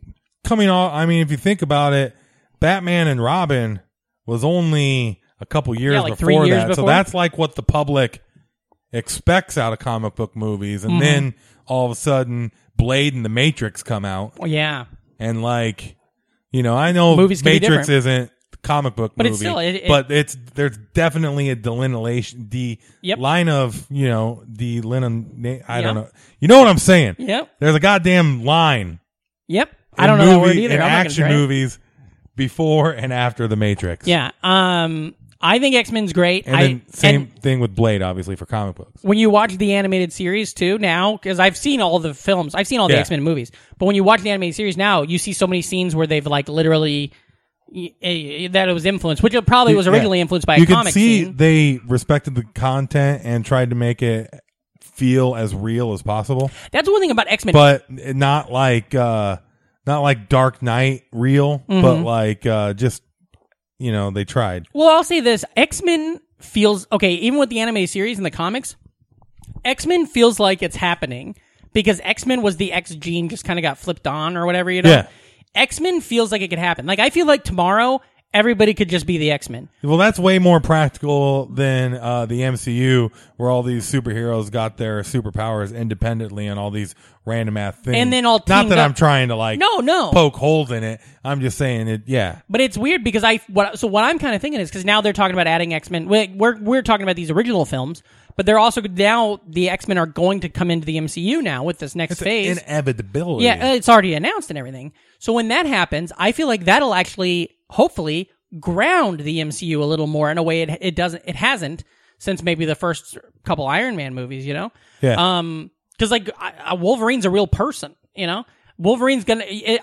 Speaker 4: coming off. I mean, if you think about it, Batman and Robin was only a couple years
Speaker 5: Yeah, like three
Speaker 4: before
Speaker 5: years
Speaker 4: that, so
Speaker 5: before.
Speaker 4: that's like what the public expects out of comic book movies,
Speaker 5: Mm-hmm.
Speaker 4: and then all of a sudden, Blade and the Matrix come out.
Speaker 5: yeah,
Speaker 4: and like you know i know
Speaker 5: Movies can be
Speaker 4: matrix
Speaker 5: different.
Speaker 4: isn't a comic book
Speaker 5: But
Speaker 4: movie
Speaker 5: it's still- it- it-
Speaker 4: but it's there's definitely a delineation the
Speaker 5: Yep.
Speaker 4: line of you know the linen i don't
Speaker 5: Yeah.
Speaker 4: know you know what i'm saying
Speaker 5: Yep.
Speaker 4: there's a goddamn line
Speaker 5: yep. I
Speaker 4: in
Speaker 5: don't know that word
Speaker 4: movie-
Speaker 5: either.
Speaker 4: in
Speaker 5: I'm not gonna
Speaker 4: action
Speaker 5: try it.
Speaker 4: movies before and after the matrix
Speaker 5: Yeah. Um, I think X Men's great.
Speaker 4: and
Speaker 5: I
Speaker 4: then same
Speaker 5: and-
Speaker 4: thing with blade obviously for comic books
Speaker 5: when you watch the animated series too now because i've seen all the films i've seen all the
Speaker 4: Yeah.
Speaker 5: x-men movies but when you watch the animated series now you see so many scenes where they've like literally y- eh, that it was influenced which it probably was
Speaker 4: Yeah.
Speaker 5: originally influenced by a
Speaker 4: you
Speaker 5: comic
Speaker 4: can see
Speaker 5: scene
Speaker 4: they respected the content and tried to make it feel as real as possible
Speaker 5: that's one thing about x-men
Speaker 4: but not like uh not like Dark Knight real, but
Speaker 5: Mm-hmm.
Speaker 4: like uh just you know they tried.
Speaker 5: well i'll say this x-men feels okay even with the animated series and the comics x-men feels like it's happening because x-men was the x gene just kind of got flipped on or whatever you know
Speaker 4: Yeah.
Speaker 5: x-men feels like it could happen like i feel like tomorrow everybody could just be the X Men.
Speaker 4: Well, that's way more practical than uh, the MCU, where all these superheroes got their superpowers independently and all these random ass things.
Speaker 5: And then all
Speaker 4: not
Speaker 5: teamed
Speaker 4: that
Speaker 5: up.
Speaker 4: I'm trying to like
Speaker 5: No, no.
Speaker 4: poke holes in it. I'm just saying it. Yeah,
Speaker 5: But it's weird because I what so what I'm kind of thinking is because now they're talking about adding X Men. We're, we're we're talking about these original films, but they're also now the X Men are going to come into the MCU now with this next
Speaker 4: it's
Speaker 5: phase.
Speaker 4: inevitability.
Speaker 5: yeah, uh, it's already announced and everything. So when that happens, I feel like that'll actually hopefully ground the MCU a little more in a way it it doesn't it hasn't since maybe the first couple Iron Man movies. You know,
Speaker 4: yeah.
Speaker 5: um because like I, I- wolverine's a real person you know wolverine's gonna it,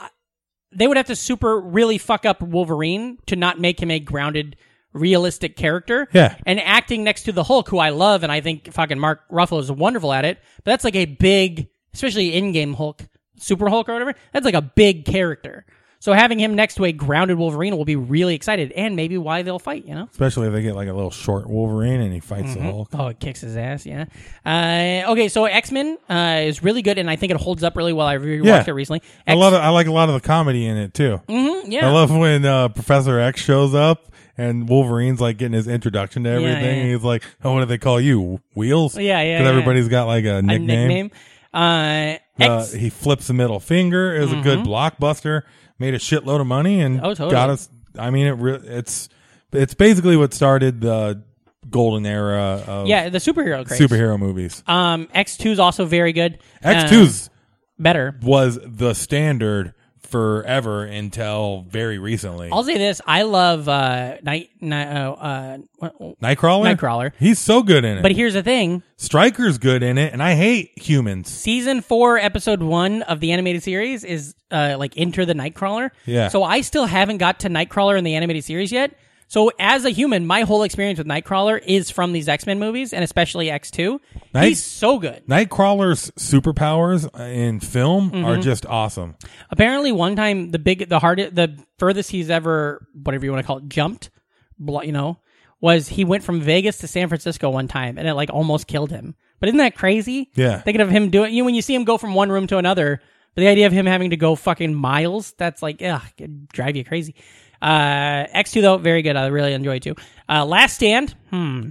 Speaker 5: they would have to super really fuck up wolverine to not make him a grounded realistic character
Speaker 4: Yeah.
Speaker 5: and acting next to the hulk who i love and i think fucking mark ruffalo is wonderful at it but that's like a big especially in-game hulk super hulk or whatever that's like a big character so having him next to a grounded wolverine will be really excited and maybe why they'll fight you know
Speaker 4: Especially if they get like a little short Wolverine and he fights the Hulk.
Speaker 5: Oh, it kicks his ass, yeah. Uh, okay, so X Men uh, is really good, and I think it holds up really well. I rewatched
Speaker 4: Yeah.
Speaker 5: it recently.
Speaker 4: I
Speaker 5: X-
Speaker 4: love. it. I like a lot of the comedy in it too.
Speaker 5: Mhm, yeah.
Speaker 4: I love when uh, Professor X shows up and Wolverine's like getting his introduction to everything.
Speaker 5: yeah, yeah.
Speaker 4: He's like, "Oh, what do they call you? Wheels?"
Speaker 5: Yeah, yeah,
Speaker 4: Because
Speaker 5: yeah.
Speaker 4: everybody's got like a
Speaker 5: a
Speaker 4: nickname.
Speaker 5: nickname. Uh,
Speaker 4: Uh,
Speaker 5: X. Mm-hmm.
Speaker 4: he flips the middle finger. It was a good blockbuster. Made a shitload of money and
Speaker 5: Oh, totally.
Speaker 4: got us. I mean, it re- it's it's basically what started the golden era of
Speaker 5: yeah, the superhero craze.
Speaker 4: superhero movies.
Speaker 5: Um, X two is also very good.
Speaker 4: X
Speaker 5: Uh,
Speaker 4: two's
Speaker 5: better.
Speaker 4: was the standard forever until very recently.
Speaker 5: I'll say this: I love uh, night, night uh, uh,
Speaker 4: Nightcrawler.
Speaker 5: Nightcrawler.
Speaker 4: He's so good in it.
Speaker 5: But here's the thing:
Speaker 4: Striker's good in it, and I hate humans.
Speaker 5: season four, episode one of the animated series is uh, like Enter the Nightcrawler.
Speaker 4: Yeah.
Speaker 5: So I still haven't got to Nightcrawler in the animated series yet. So as a human, my whole experience with Nightcrawler is from these X Men movies and especially X Two.
Speaker 4: Night-
Speaker 5: He's so good.
Speaker 4: Nightcrawler's superpowers in film are
Speaker 5: Mm-hmm.
Speaker 4: just awesome.
Speaker 5: Apparently, one time the big, the hardest, the furthest he's ever, whatever you want to call it, jumped, bl- you know, was he went from Vegas to San Francisco one time, and it like almost killed him. But isn't that crazy?
Speaker 4: Yeah.
Speaker 5: Thinking of him doing, you know, when you see him go from one room to another, but the idea of him having to go fucking miles, that's like, ugh, it'd drive you crazy. Uh, X two though, very good. I really enjoy it too. Uh, Last Stand. Hmm.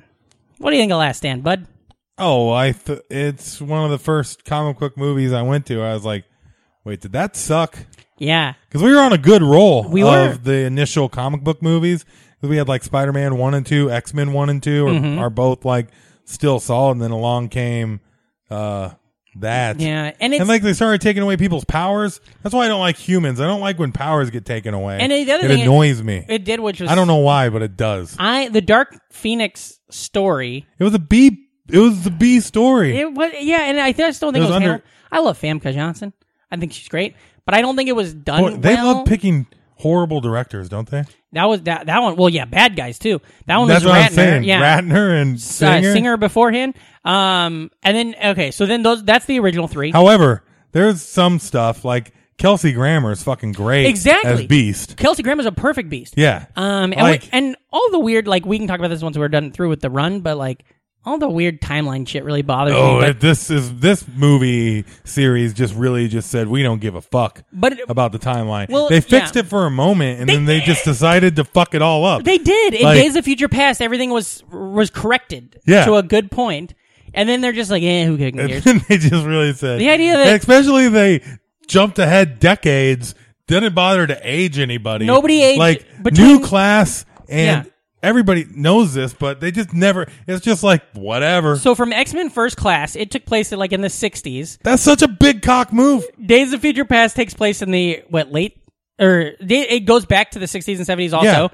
Speaker 5: What do you think of Last Stand, bud?
Speaker 4: Oh, I th- it's one of the first comic book movies I went to. I was like, wait, did that suck?
Speaker 5: Yeah.
Speaker 4: Because we were on a good roll
Speaker 5: We were.
Speaker 4: of the initial comic book movies. 'Cause We had like Spider Man one and two, X Men one and two, are,
Speaker 5: Mm-hmm.
Speaker 4: are both like still solid. And then along came uh that.
Speaker 5: Yeah, and it's-
Speaker 4: and like they started taking away people's powers. That's why I don't like humans. I don't like when powers get taken away.
Speaker 5: And the other
Speaker 4: it
Speaker 5: thing-
Speaker 4: annoys me.
Speaker 5: It did, which was
Speaker 4: I don't know why, but it does.
Speaker 5: I the Dark Phoenix story
Speaker 4: It was a B. It was the B story.
Speaker 5: It was yeah, and I just don't think
Speaker 4: It
Speaker 5: it was,
Speaker 4: was under-
Speaker 5: handled- I love Famke Johnson. I think she's great, but I don't think it was done.
Speaker 4: Boy, they
Speaker 5: well.
Speaker 4: love picking horrible directors, don't they?
Speaker 5: that was that that one. Well, yeah, bad guys too. That one
Speaker 4: That's
Speaker 5: was
Speaker 4: what
Speaker 5: Ratner.
Speaker 4: I'm saying.
Speaker 5: Yeah,
Speaker 4: Ratner and
Speaker 5: Uh,
Speaker 4: Singer.
Speaker 5: singer beforehand. Um, and then okay, so then those that's the original three.
Speaker 4: However, there's some stuff like Kelsey Grammer is fucking great.
Speaker 5: Exactly.
Speaker 4: As Beast.
Speaker 5: Kelsey Grammer's a perfect beast.
Speaker 4: Yeah.
Speaker 5: Um, and, we-
Speaker 4: Like-
Speaker 5: and all the weird like we can talk about this once we're done through with the run, but like all the weird timeline shit really bothers me.
Speaker 4: Oh,
Speaker 5: but-
Speaker 4: it, this is this movie series just really just said we don't give a fuck
Speaker 5: But it-
Speaker 4: about the timeline.
Speaker 5: Well,
Speaker 4: they fixed
Speaker 5: yeah.
Speaker 4: it for a moment, and
Speaker 5: They
Speaker 4: then they just decided to fuck it all up.
Speaker 5: They did. In
Speaker 4: Like-
Speaker 5: Days of Future Past, everything was was corrected
Speaker 4: Yeah.
Speaker 5: to a good point, and then they're just like, "Eh, who
Speaker 4: And
Speaker 5: cares?"
Speaker 4: then [LAUGHS] they just really said
Speaker 5: The idea that-
Speaker 4: and especially they jumped ahead decades, didn't bother to age anybody.
Speaker 5: Nobody aged
Speaker 4: like
Speaker 5: between-
Speaker 4: new class and
Speaker 5: Yeah.
Speaker 4: everybody knows this, but they just never. It's just like whatever.
Speaker 5: so from X Men First Class, it took place like in the '60s.
Speaker 4: That's such a big cock move.
Speaker 5: Days of Future Past takes place in the what late or da- it goes back to the '60s and '70s also,
Speaker 4: Yeah.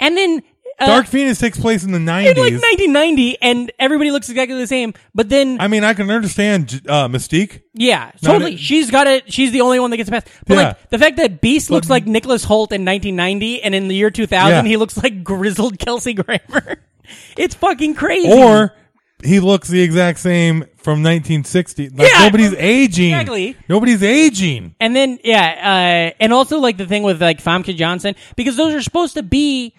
Speaker 5: and then uh,
Speaker 4: Dark Phoenix takes place in the
Speaker 5: in like
Speaker 4: nineties.
Speaker 5: 1990, and everybody looks exactly the same. But then,
Speaker 4: I mean, I can understand J- uh, Mystique.
Speaker 5: yeah,
Speaker 4: No,
Speaker 5: totally,
Speaker 4: it-
Speaker 5: she's got it. She's the only one that gets past. But
Speaker 4: Yeah.
Speaker 5: like the fact that Beast looks like Nicholas Holt in 1990, and in the year 2000,
Speaker 4: Yeah.
Speaker 5: he looks like grizzled [LAUGHS] Kelsey Grammer. it's fucking crazy.
Speaker 4: Or he looks the exact same from 1960. Like,
Speaker 5: Yeah.
Speaker 4: nobody's aging.
Speaker 5: Exactly.
Speaker 4: Nobody's aging.
Speaker 5: And then yeah, uh, and also like the thing with like Famke Johnson because those are supposed to be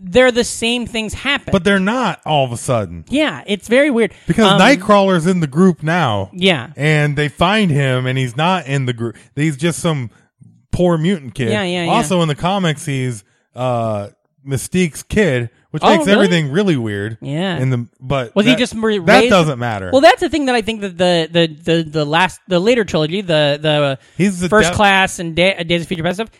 Speaker 5: they're the same things happen.
Speaker 4: But they're not all of a sudden.
Speaker 5: yeah, it's very weird
Speaker 4: Because
Speaker 5: Um,
Speaker 4: Nightcrawler's in the group now.
Speaker 5: Yeah.
Speaker 4: And they find him and he's not in the group. He's just some poor mutant kid.
Speaker 5: Yeah, yeah, yeah.
Speaker 4: Also in the comics he's uh Mystique's kid, which
Speaker 5: Oh,
Speaker 4: makes
Speaker 5: really?
Speaker 4: everything really weird.
Speaker 5: Yeah.
Speaker 4: In the but
Speaker 5: Was he
Speaker 4: that-
Speaker 5: just re-
Speaker 4: that
Speaker 5: raised-
Speaker 4: doesn't matter.
Speaker 5: Well, that's the thing that I think that the the the, the last the later trilogy, the the
Speaker 4: He's the
Speaker 5: first
Speaker 4: def-
Speaker 5: class and da- uh, Days of Future Past stuff.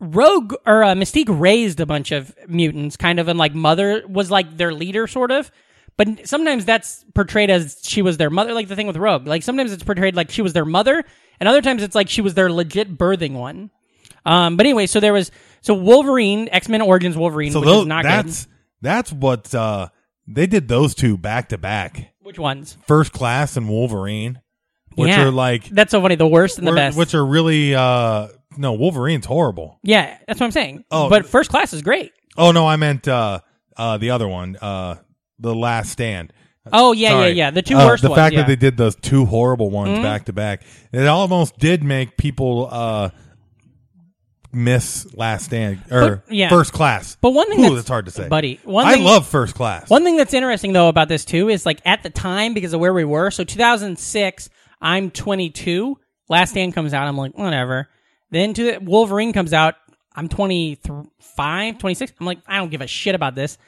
Speaker 5: Rogue or uh, Mystique raised a bunch of mutants, kind of, and like mother was like their leader, sort of. But sometimes that's portrayed as she was their mother, like the thing with Rogue. Like sometimes it's portrayed like she was their mother, and other times it's like she was their legit birthing one. Um, but anyway, so there was so Wolverine, X Men Origins Wolverine,
Speaker 4: so
Speaker 5: which
Speaker 4: those
Speaker 5: is not
Speaker 4: that's that's what uh they did those two back to back.
Speaker 5: good. Which ones?
Speaker 4: First class and Wolverine. Which
Speaker 5: Yeah.
Speaker 4: are like
Speaker 5: That's so funny. The worst and the
Speaker 4: were-
Speaker 5: best.
Speaker 4: which are really uh no, Wolverine's horrible.
Speaker 5: Yeah, that's what I'm saying.
Speaker 4: Oh.
Speaker 5: but first class is great.
Speaker 4: Oh no, I meant uh uh the other one, uh the last stand.
Speaker 5: Oh yeah,
Speaker 4: Sorry.
Speaker 5: yeah, yeah. The two
Speaker 4: Uh,
Speaker 5: worst
Speaker 4: The
Speaker 5: ones.
Speaker 4: fact
Speaker 5: yeah. Mm-hmm.
Speaker 4: that they did those two horrible ones back to back, it almost did make people uh, miss Last Stand or
Speaker 5: But- yeah.
Speaker 4: First Class.
Speaker 5: But one thing
Speaker 4: Ooh,
Speaker 5: that's-
Speaker 4: that's hard to say,
Speaker 5: buddy, one
Speaker 4: I
Speaker 5: thing-
Speaker 4: love First Class.
Speaker 5: One thing that's interesting though about this too is like at the time because of where we were. So 2006, I'm 22. Last Stand comes out, I'm like whatever. Then to Wolverine comes out, I'm 25, 26. I'm like I don't give a shit about this.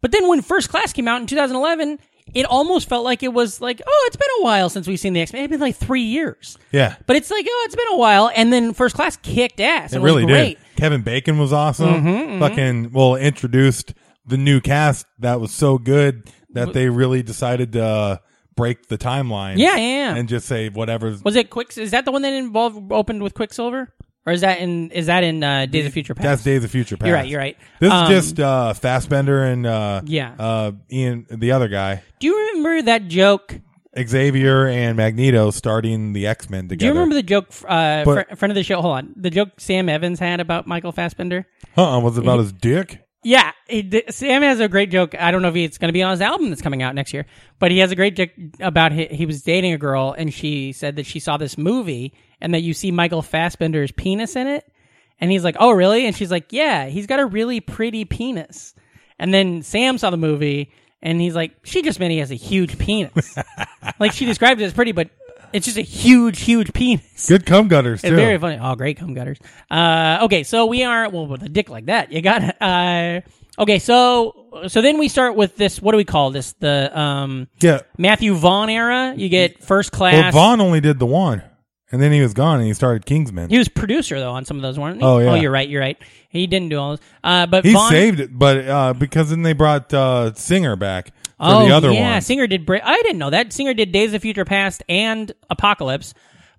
Speaker 5: But then when First Class came out in 2011, it almost felt like it was like oh it's been a while since we've seen the X Men. It's been like three years.
Speaker 4: yeah,
Speaker 5: But it's like, oh, it's been a while, and then First Class kicked ass.
Speaker 4: it
Speaker 5: was
Speaker 4: really
Speaker 5: great. Mm-hmm,
Speaker 4: did. Kevin Bacon was awesome. Fucking well introduced the new cast that was so good that they really decided to uh, break the timeline.
Speaker 5: Yeah, yeah, yeah.
Speaker 4: and just say whatever's
Speaker 5: Was it Quicks? Is that the one that involved opened with Quicksilver, or is that in is that in uh, Days of Future Past?
Speaker 4: That's Days of Future Past.
Speaker 5: You're right, you're right.
Speaker 4: This
Speaker 5: Um,
Speaker 4: is just uh, Fassbender and uh,
Speaker 5: Yeah.
Speaker 4: uh, Ian, the other guy,
Speaker 5: Do you remember that joke?
Speaker 4: Xavier and Magneto starting the X Men
Speaker 5: Do you
Speaker 4: together.
Speaker 5: remember the joke? Uh,
Speaker 4: But-
Speaker 5: fr- friend of the show. Hold on, the joke Sam Evans had about Michael Fassbender.
Speaker 4: Uh-uh, was it about his dick?
Speaker 5: Yeah, he di- Sam has a great joke. I don't know if it's going to be on his album that's coming out next year, but he has a great joke about he, he was dating a girl and she said that she saw this movie and that you see Michael Fassbender's penis in it. And he's like, "Oh, really?" And she's like, "Yeah, he's got a really pretty penis." And then Sam saw the movie and he's like, "She just meant he has a huge penis." like she described it as pretty, but it's just a huge, huge penis.
Speaker 4: Good cum gutters
Speaker 5: It's
Speaker 4: too.
Speaker 5: very funny. Oh, great cum gutters. Uh, okay, so we are well with a dick like that. You got to uh, okay. So so then we start with this. What do we call this? The um,
Speaker 4: yeah.
Speaker 5: Matthew Vaughn era. You get first
Speaker 4: Well,
Speaker 5: class.
Speaker 4: Vaughn only did the one, and then he was gone, and he started Kingsman.
Speaker 5: He was producer though on some of those, weren't he?
Speaker 4: Oh, yeah.
Speaker 5: Oh, you're right. You're right. He didn't do all those. Uh, but
Speaker 4: he
Speaker 5: Vaughn,
Speaker 4: saved it, but uh, because then they brought uh, Singer back for
Speaker 5: Oh
Speaker 4: the other
Speaker 5: yeah,
Speaker 4: one.
Speaker 5: Singer did. Bra- I didn't know that. Singer did Days of Future Past and Apocalypse,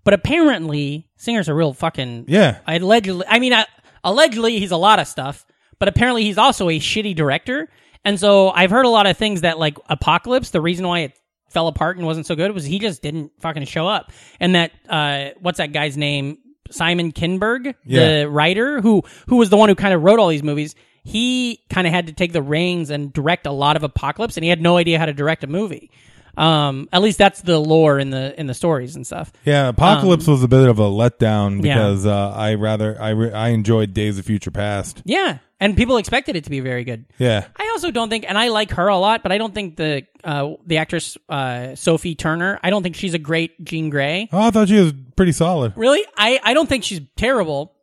Speaker 5: but apparently Singer's a real fucking
Speaker 4: Yeah.
Speaker 5: Allegedly, I mean, I, allegedly he's a lot of stuff, but apparently he's also a shitty director. And so I've heard a lot of things that like Apocalypse. The reason why it fell apart and wasn't so good was he just didn't fucking show up. And that uh, what's that guy's name? Simon Kinberg,
Speaker 4: Yeah.
Speaker 5: the writer who who was the one who kind of wrote all these movies. He kind of had to take the reins and direct a lot of Apocalypse, and he had no idea how to direct a movie. Um, at least that's the lore in the in the stories and stuff.
Speaker 4: Yeah, Apocalypse was a bit of a letdown
Speaker 5: Um, Yeah.
Speaker 4: because uh, I rather I re- I enjoyed Days of Future Past.
Speaker 5: Yeah, and people expected it to be very good.
Speaker 4: Yeah,
Speaker 5: I also don't think, and I like her a lot, but I don't think the uh, the actress uh, Sophie Turner. I don't think she's a great Jean Grey.
Speaker 4: oh, I thought she was pretty solid.
Speaker 5: Really, I I don't think she's terrible,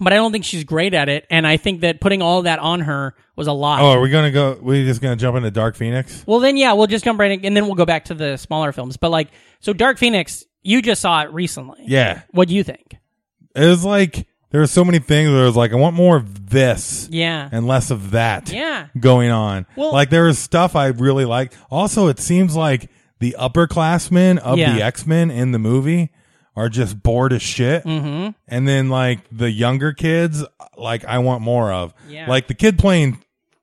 Speaker 5: but I don't think she's great at it. And I think that putting all that on her was a lot.
Speaker 4: Oh, are we gonna go? We just gonna jump into Dark Phoenix?
Speaker 5: Well, then yeah, we'll just jump right in, and then we'll go back to the smaller films. But like, so Dark Phoenix, you just saw it recently.
Speaker 4: Yeah,
Speaker 5: What do you think?
Speaker 4: it was like there were so many things. Where it was like I want more of this,
Speaker 5: Yeah.
Speaker 4: and less of that.
Speaker 5: Yeah.
Speaker 4: going on.
Speaker 5: Well-
Speaker 4: like there was stuff I really liked. Also, it seems like the upperclassmen of
Speaker 5: Yeah.
Speaker 4: the X Men in the movie are just bored as shit, mm-hmm. and then like the younger kids, like I want more of.
Speaker 5: Yeah.
Speaker 4: Like the kid playing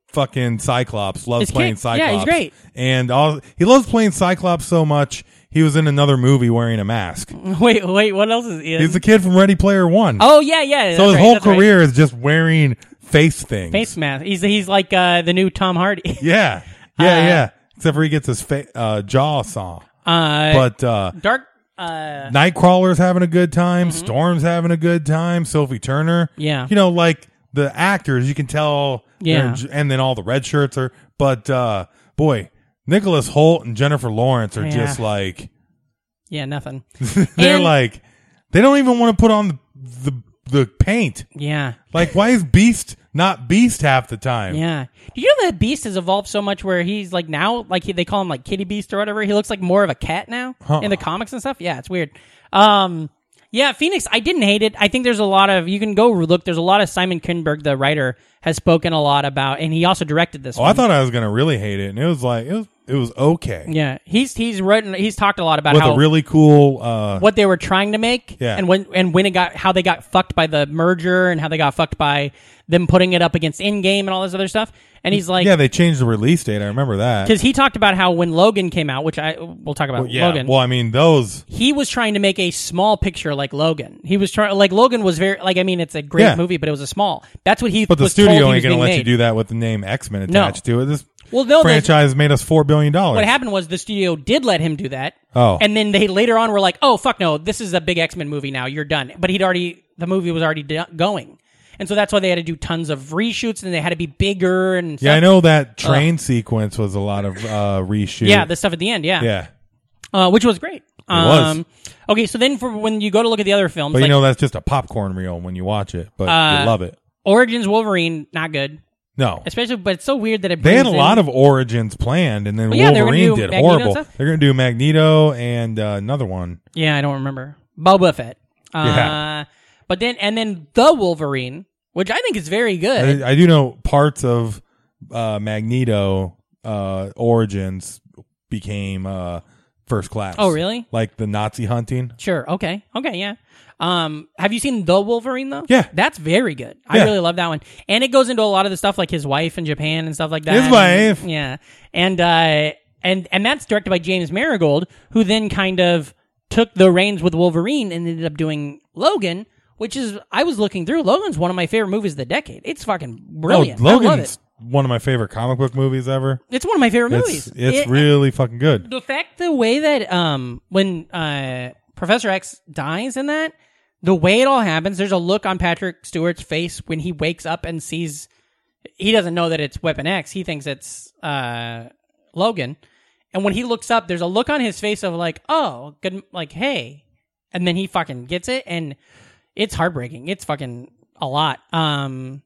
Speaker 4: fucking Cyclops loves
Speaker 5: It's
Speaker 4: playing
Speaker 5: kick- yeah, he's
Speaker 4: Cyclops.
Speaker 5: great.
Speaker 4: and all he loves playing Cyclops so much. He was in another movie wearing a mask.
Speaker 5: [LAUGHS] Wait, wait, what else is? In?
Speaker 4: He's the kid from Ready Player One.
Speaker 5: Mm-hmm. oh yeah, yeah. that's
Speaker 4: so his
Speaker 5: right,
Speaker 4: whole
Speaker 5: that's right.
Speaker 4: career is just wearing face things.
Speaker 5: face mask. He's he's like uh, the new Tom Hardy. [LAUGHS]
Speaker 4: Yeah,
Speaker 5: Uh,
Speaker 4: yeah, yeah. Except for he gets his fa- uh, jaw saw.
Speaker 5: Uh,
Speaker 4: But uh,
Speaker 5: Dark. Uh, Mm-hmm.
Speaker 4: Nightcrawler's having a good time. Storm's having a good time. Sophie Turner.
Speaker 5: Yeah.
Speaker 4: you know, like the actors, you can tell. they're-
Speaker 5: Yeah.
Speaker 4: and then all the red shirts are. But uh, boy, Nicholas Holt and Jennifer Lawrence are
Speaker 5: Yeah.
Speaker 4: just like
Speaker 5: yeah, nothing.
Speaker 4: they're
Speaker 5: And-
Speaker 4: like they don't even want to put on the, the the paint.
Speaker 5: Yeah.
Speaker 4: Like, why is Beast not Beast half the time?
Speaker 5: Yeah. Do you know that Beast has evolved so much where he's like now, like he, they call him like Kitty Beast or whatever. He looks like more of a cat now in the comics and stuff. Yeah, it's weird. Um, yeah, Phoenix, I didn't hate it. I think there's a lot of, you can go look, there's a lot of Simon Kinberg, the writer, has spoken a lot about, and he also directed this
Speaker 4: Oh,
Speaker 5: one.
Speaker 4: I thought I was gonna really hate it, and it was like it was it was okay
Speaker 5: yeah. He's, he's written, he's talked a lot about
Speaker 4: with
Speaker 5: how.
Speaker 4: a really cool. uh
Speaker 5: what they were trying to make
Speaker 4: Yeah.
Speaker 5: and when and when it got how they got fucked by the merger and how they got fucked by them putting it up against in game and all this other stuff and he's like
Speaker 4: Yeah, they changed the release date. I remember that.
Speaker 5: because he talked about how when Logan came out, which I we'll talk about
Speaker 4: Well, yeah.
Speaker 5: Logan.
Speaker 4: Well, I mean, those.
Speaker 5: he was trying to make a small picture like Logan. He was trying like Logan was very like I mean it's a great
Speaker 4: Yeah.
Speaker 5: movie, but it was a small. That's what he.
Speaker 4: But the
Speaker 5: was told he
Speaker 4: studio ain't
Speaker 5: was
Speaker 4: gonna
Speaker 5: being
Speaker 4: let you
Speaker 5: made.
Speaker 4: do that with the name X Men
Speaker 5: No.
Speaker 4: attached to it. This
Speaker 5: Well, no, they-
Speaker 4: franchise made us four billion
Speaker 5: What
Speaker 4: dollars.
Speaker 5: happened was the studio did let him do that.
Speaker 4: Oh.
Speaker 5: and then they later on were like, "Oh fuck no, this is a big X Men movie now. You're done." But he'd already the movie was already do- going, and so that's why they had to do tons of reshoots and they had to be bigger and
Speaker 4: Yeah,
Speaker 5: stuff.
Speaker 4: I know that train sequence was a lot of uh reshoot.
Speaker 5: Uh. Yeah, the stuff at the end. Yeah,
Speaker 4: yeah.
Speaker 5: uh, which was great.
Speaker 4: was.
Speaker 5: Um, okay, so then for when you go to look at the other films,
Speaker 4: But
Speaker 5: like
Speaker 4: you know that's just a popcorn reel when you watch it, but you love it.
Speaker 5: Origins Wolverine, not good.
Speaker 4: No,
Speaker 5: Especially, but it's so weird that it.
Speaker 4: they had a
Speaker 5: brings
Speaker 4: lot
Speaker 5: in-
Speaker 4: of origins planned, and then
Speaker 5: Well, yeah, they were gonna do
Speaker 4: Wolverine did
Speaker 5: Magneto and
Speaker 4: horrible.
Speaker 5: stuff.
Speaker 4: They're going to do Magneto and uh, another one.
Speaker 5: Yeah, I don't remember Boba Fett. Uh,
Speaker 4: Yeah.
Speaker 5: But then and then the Wolverine, which I think is very good.
Speaker 4: I, I do know parts of uh, Magneto uh, origins became uh, first class.
Speaker 5: Oh, really?
Speaker 4: Like the Nazi hunting.
Speaker 5: Sure. Okay. Okay. Yeah. Um, have you seen The Wolverine though?
Speaker 4: Yeah.
Speaker 5: that's very good. I
Speaker 4: Yeah.
Speaker 5: really love that one, and it goes into a lot of the stuff like his wife in Japan and stuff like that.
Speaker 4: His wife.
Speaker 5: Yeah, and uh, and and that's directed by James Marigold, who then kind of took the reins with Wolverine and ended up doing Logan, which is I was looking through. Logan's one of my favorite movies of the decade. It's fucking brilliant.
Speaker 4: Oh,
Speaker 5: I love
Speaker 4: Logan's
Speaker 5: it.
Speaker 4: one of my favorite comic book movies ever.
Speaker 5: It's one of my favorite
Speaker 4: It's,
Speaker 5: movies.
Speaker 4: it's
Speaker 5: It-
Speaker 4: really fucking good.
Speaker 5: the fact the way that um when uh professor x dies in that the way it all happens there's a look on patrick stewart's face when he wakes up and sees he doesn't know that it's weapon x he thinks it's uh logan and when he looks up there's a look on his face of like oh good like hey and then he fucking gets it and it's heartbreaking it's fucking a lot um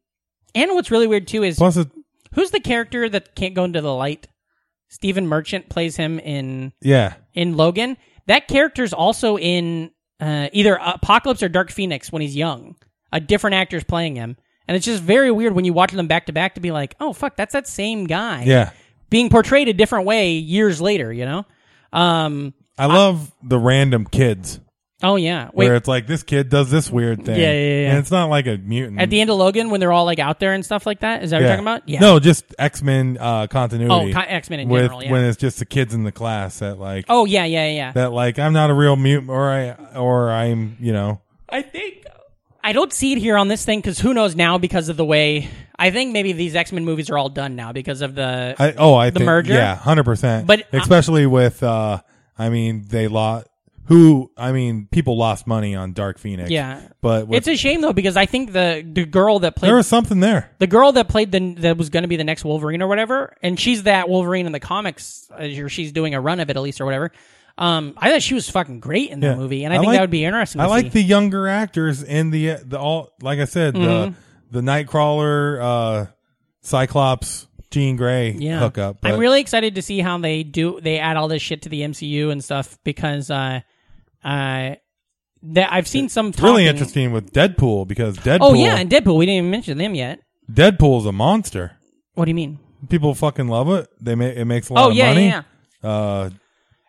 Speaker 5: and what's really weird too is
Speaker 4: Plus, it,
Speaker 5: Who's the character that can't go into the light? Stephen Merchant plays him in
Speaker 4: yeah,
Speaker 5: in Logan. That character's also in uh, either Apocalypse or Dark Phoenix when he's young. A different actor's playing him, and it's just very weird when you watch them back to back to be like, "Oh fuck, that's that same guy."
Speaker 4: yeah.
Speaker 5: being portrayed a different way years later. You know? Um.
Speaker 4: I love the random kids
Speaker 5: Oh yeah. Wait.
Speaker 4: where it's like this kid does this weird thing.
Speaker 5: Yeah, yeah, yeah.
Speaker 4: And it's not like a mutant.
Speaker 5: At the end of Logan, when they're all like out there and stuff like that, is that what
Speaker 4: Yeah.
Speaker 5: you're talking about? Yeah.
Speaker 4: No, just X Men uh, continuity.
Speaker 5: Oh, con- X-Men in
Speaker 4: with,
Speaker 5: general, yeah.
Speaker 4: When it's just the kids in the class that like
Speaker 5: Oh yeah, yeah, yeah.
Speaker 4: that like I'm not a real mutant or I or I'm you know
Speaker 5: I think I don't see it here on this thing because who knows now because of the way I think maybe these X Men movies are all done now because of the
Speaker 4: I oh I the think,
Speaker 5: merger?
Speaker 4: yeah hundred percent
Speaker 5: But um, I-
Speaker 4: especially with uh I mean they lost who I mean people lost money on Dark Phoenix
Speaker 5: Yeah.
Speaker 4: but with,
Speaker 5: it's a shame though because I think the the girl that played
Speaker 4: there was something there
Speaker 5: the girl that played the that was going to be the next Wolverine or whatever, and she's that Wolverine in the comics, uh, or she's doing a run of it at least or whatever. Um, I thought she was fucking great in the
Speaker 4: Yeah.
Speaker 5: movie, and I, think
Speaker 4: like-
Speaker 5: that would be interesting.
Speaker 4: I
Speaker 5: to
Speaker 4: like
Speaker 5: see.
Speaker 4: the younger actors in the the all like I said
Speaker 5: Mm-hmm.
Speaker 4: the the Nightcrawler uh Cyclops Jean Grey
Speaker 5: yeah.
Speaker 4: hookup but
Speaker 5: I'm really excited to see how they do they add all this shit to the MCU and stuff because uh, uh, that I've seen some
Speaker 4: it's really
Speaker 5: talking-
Speaker 4: interesting with Deadpool because Deadpool
Speaker 5: Oh yeah, and Deadpool. We didn't even mention them yet.
Speaker 4: Deadpool's a monster
Speaker 5: What do you mean?
Speaker 4: people fucking love it they make it makes a lot
Speaker 5: Oh
Speaker 4: of
Speaker 5: yeah,
Speaker 4: money
Speaker 5: yeah, yeah.
Speaker 4: uh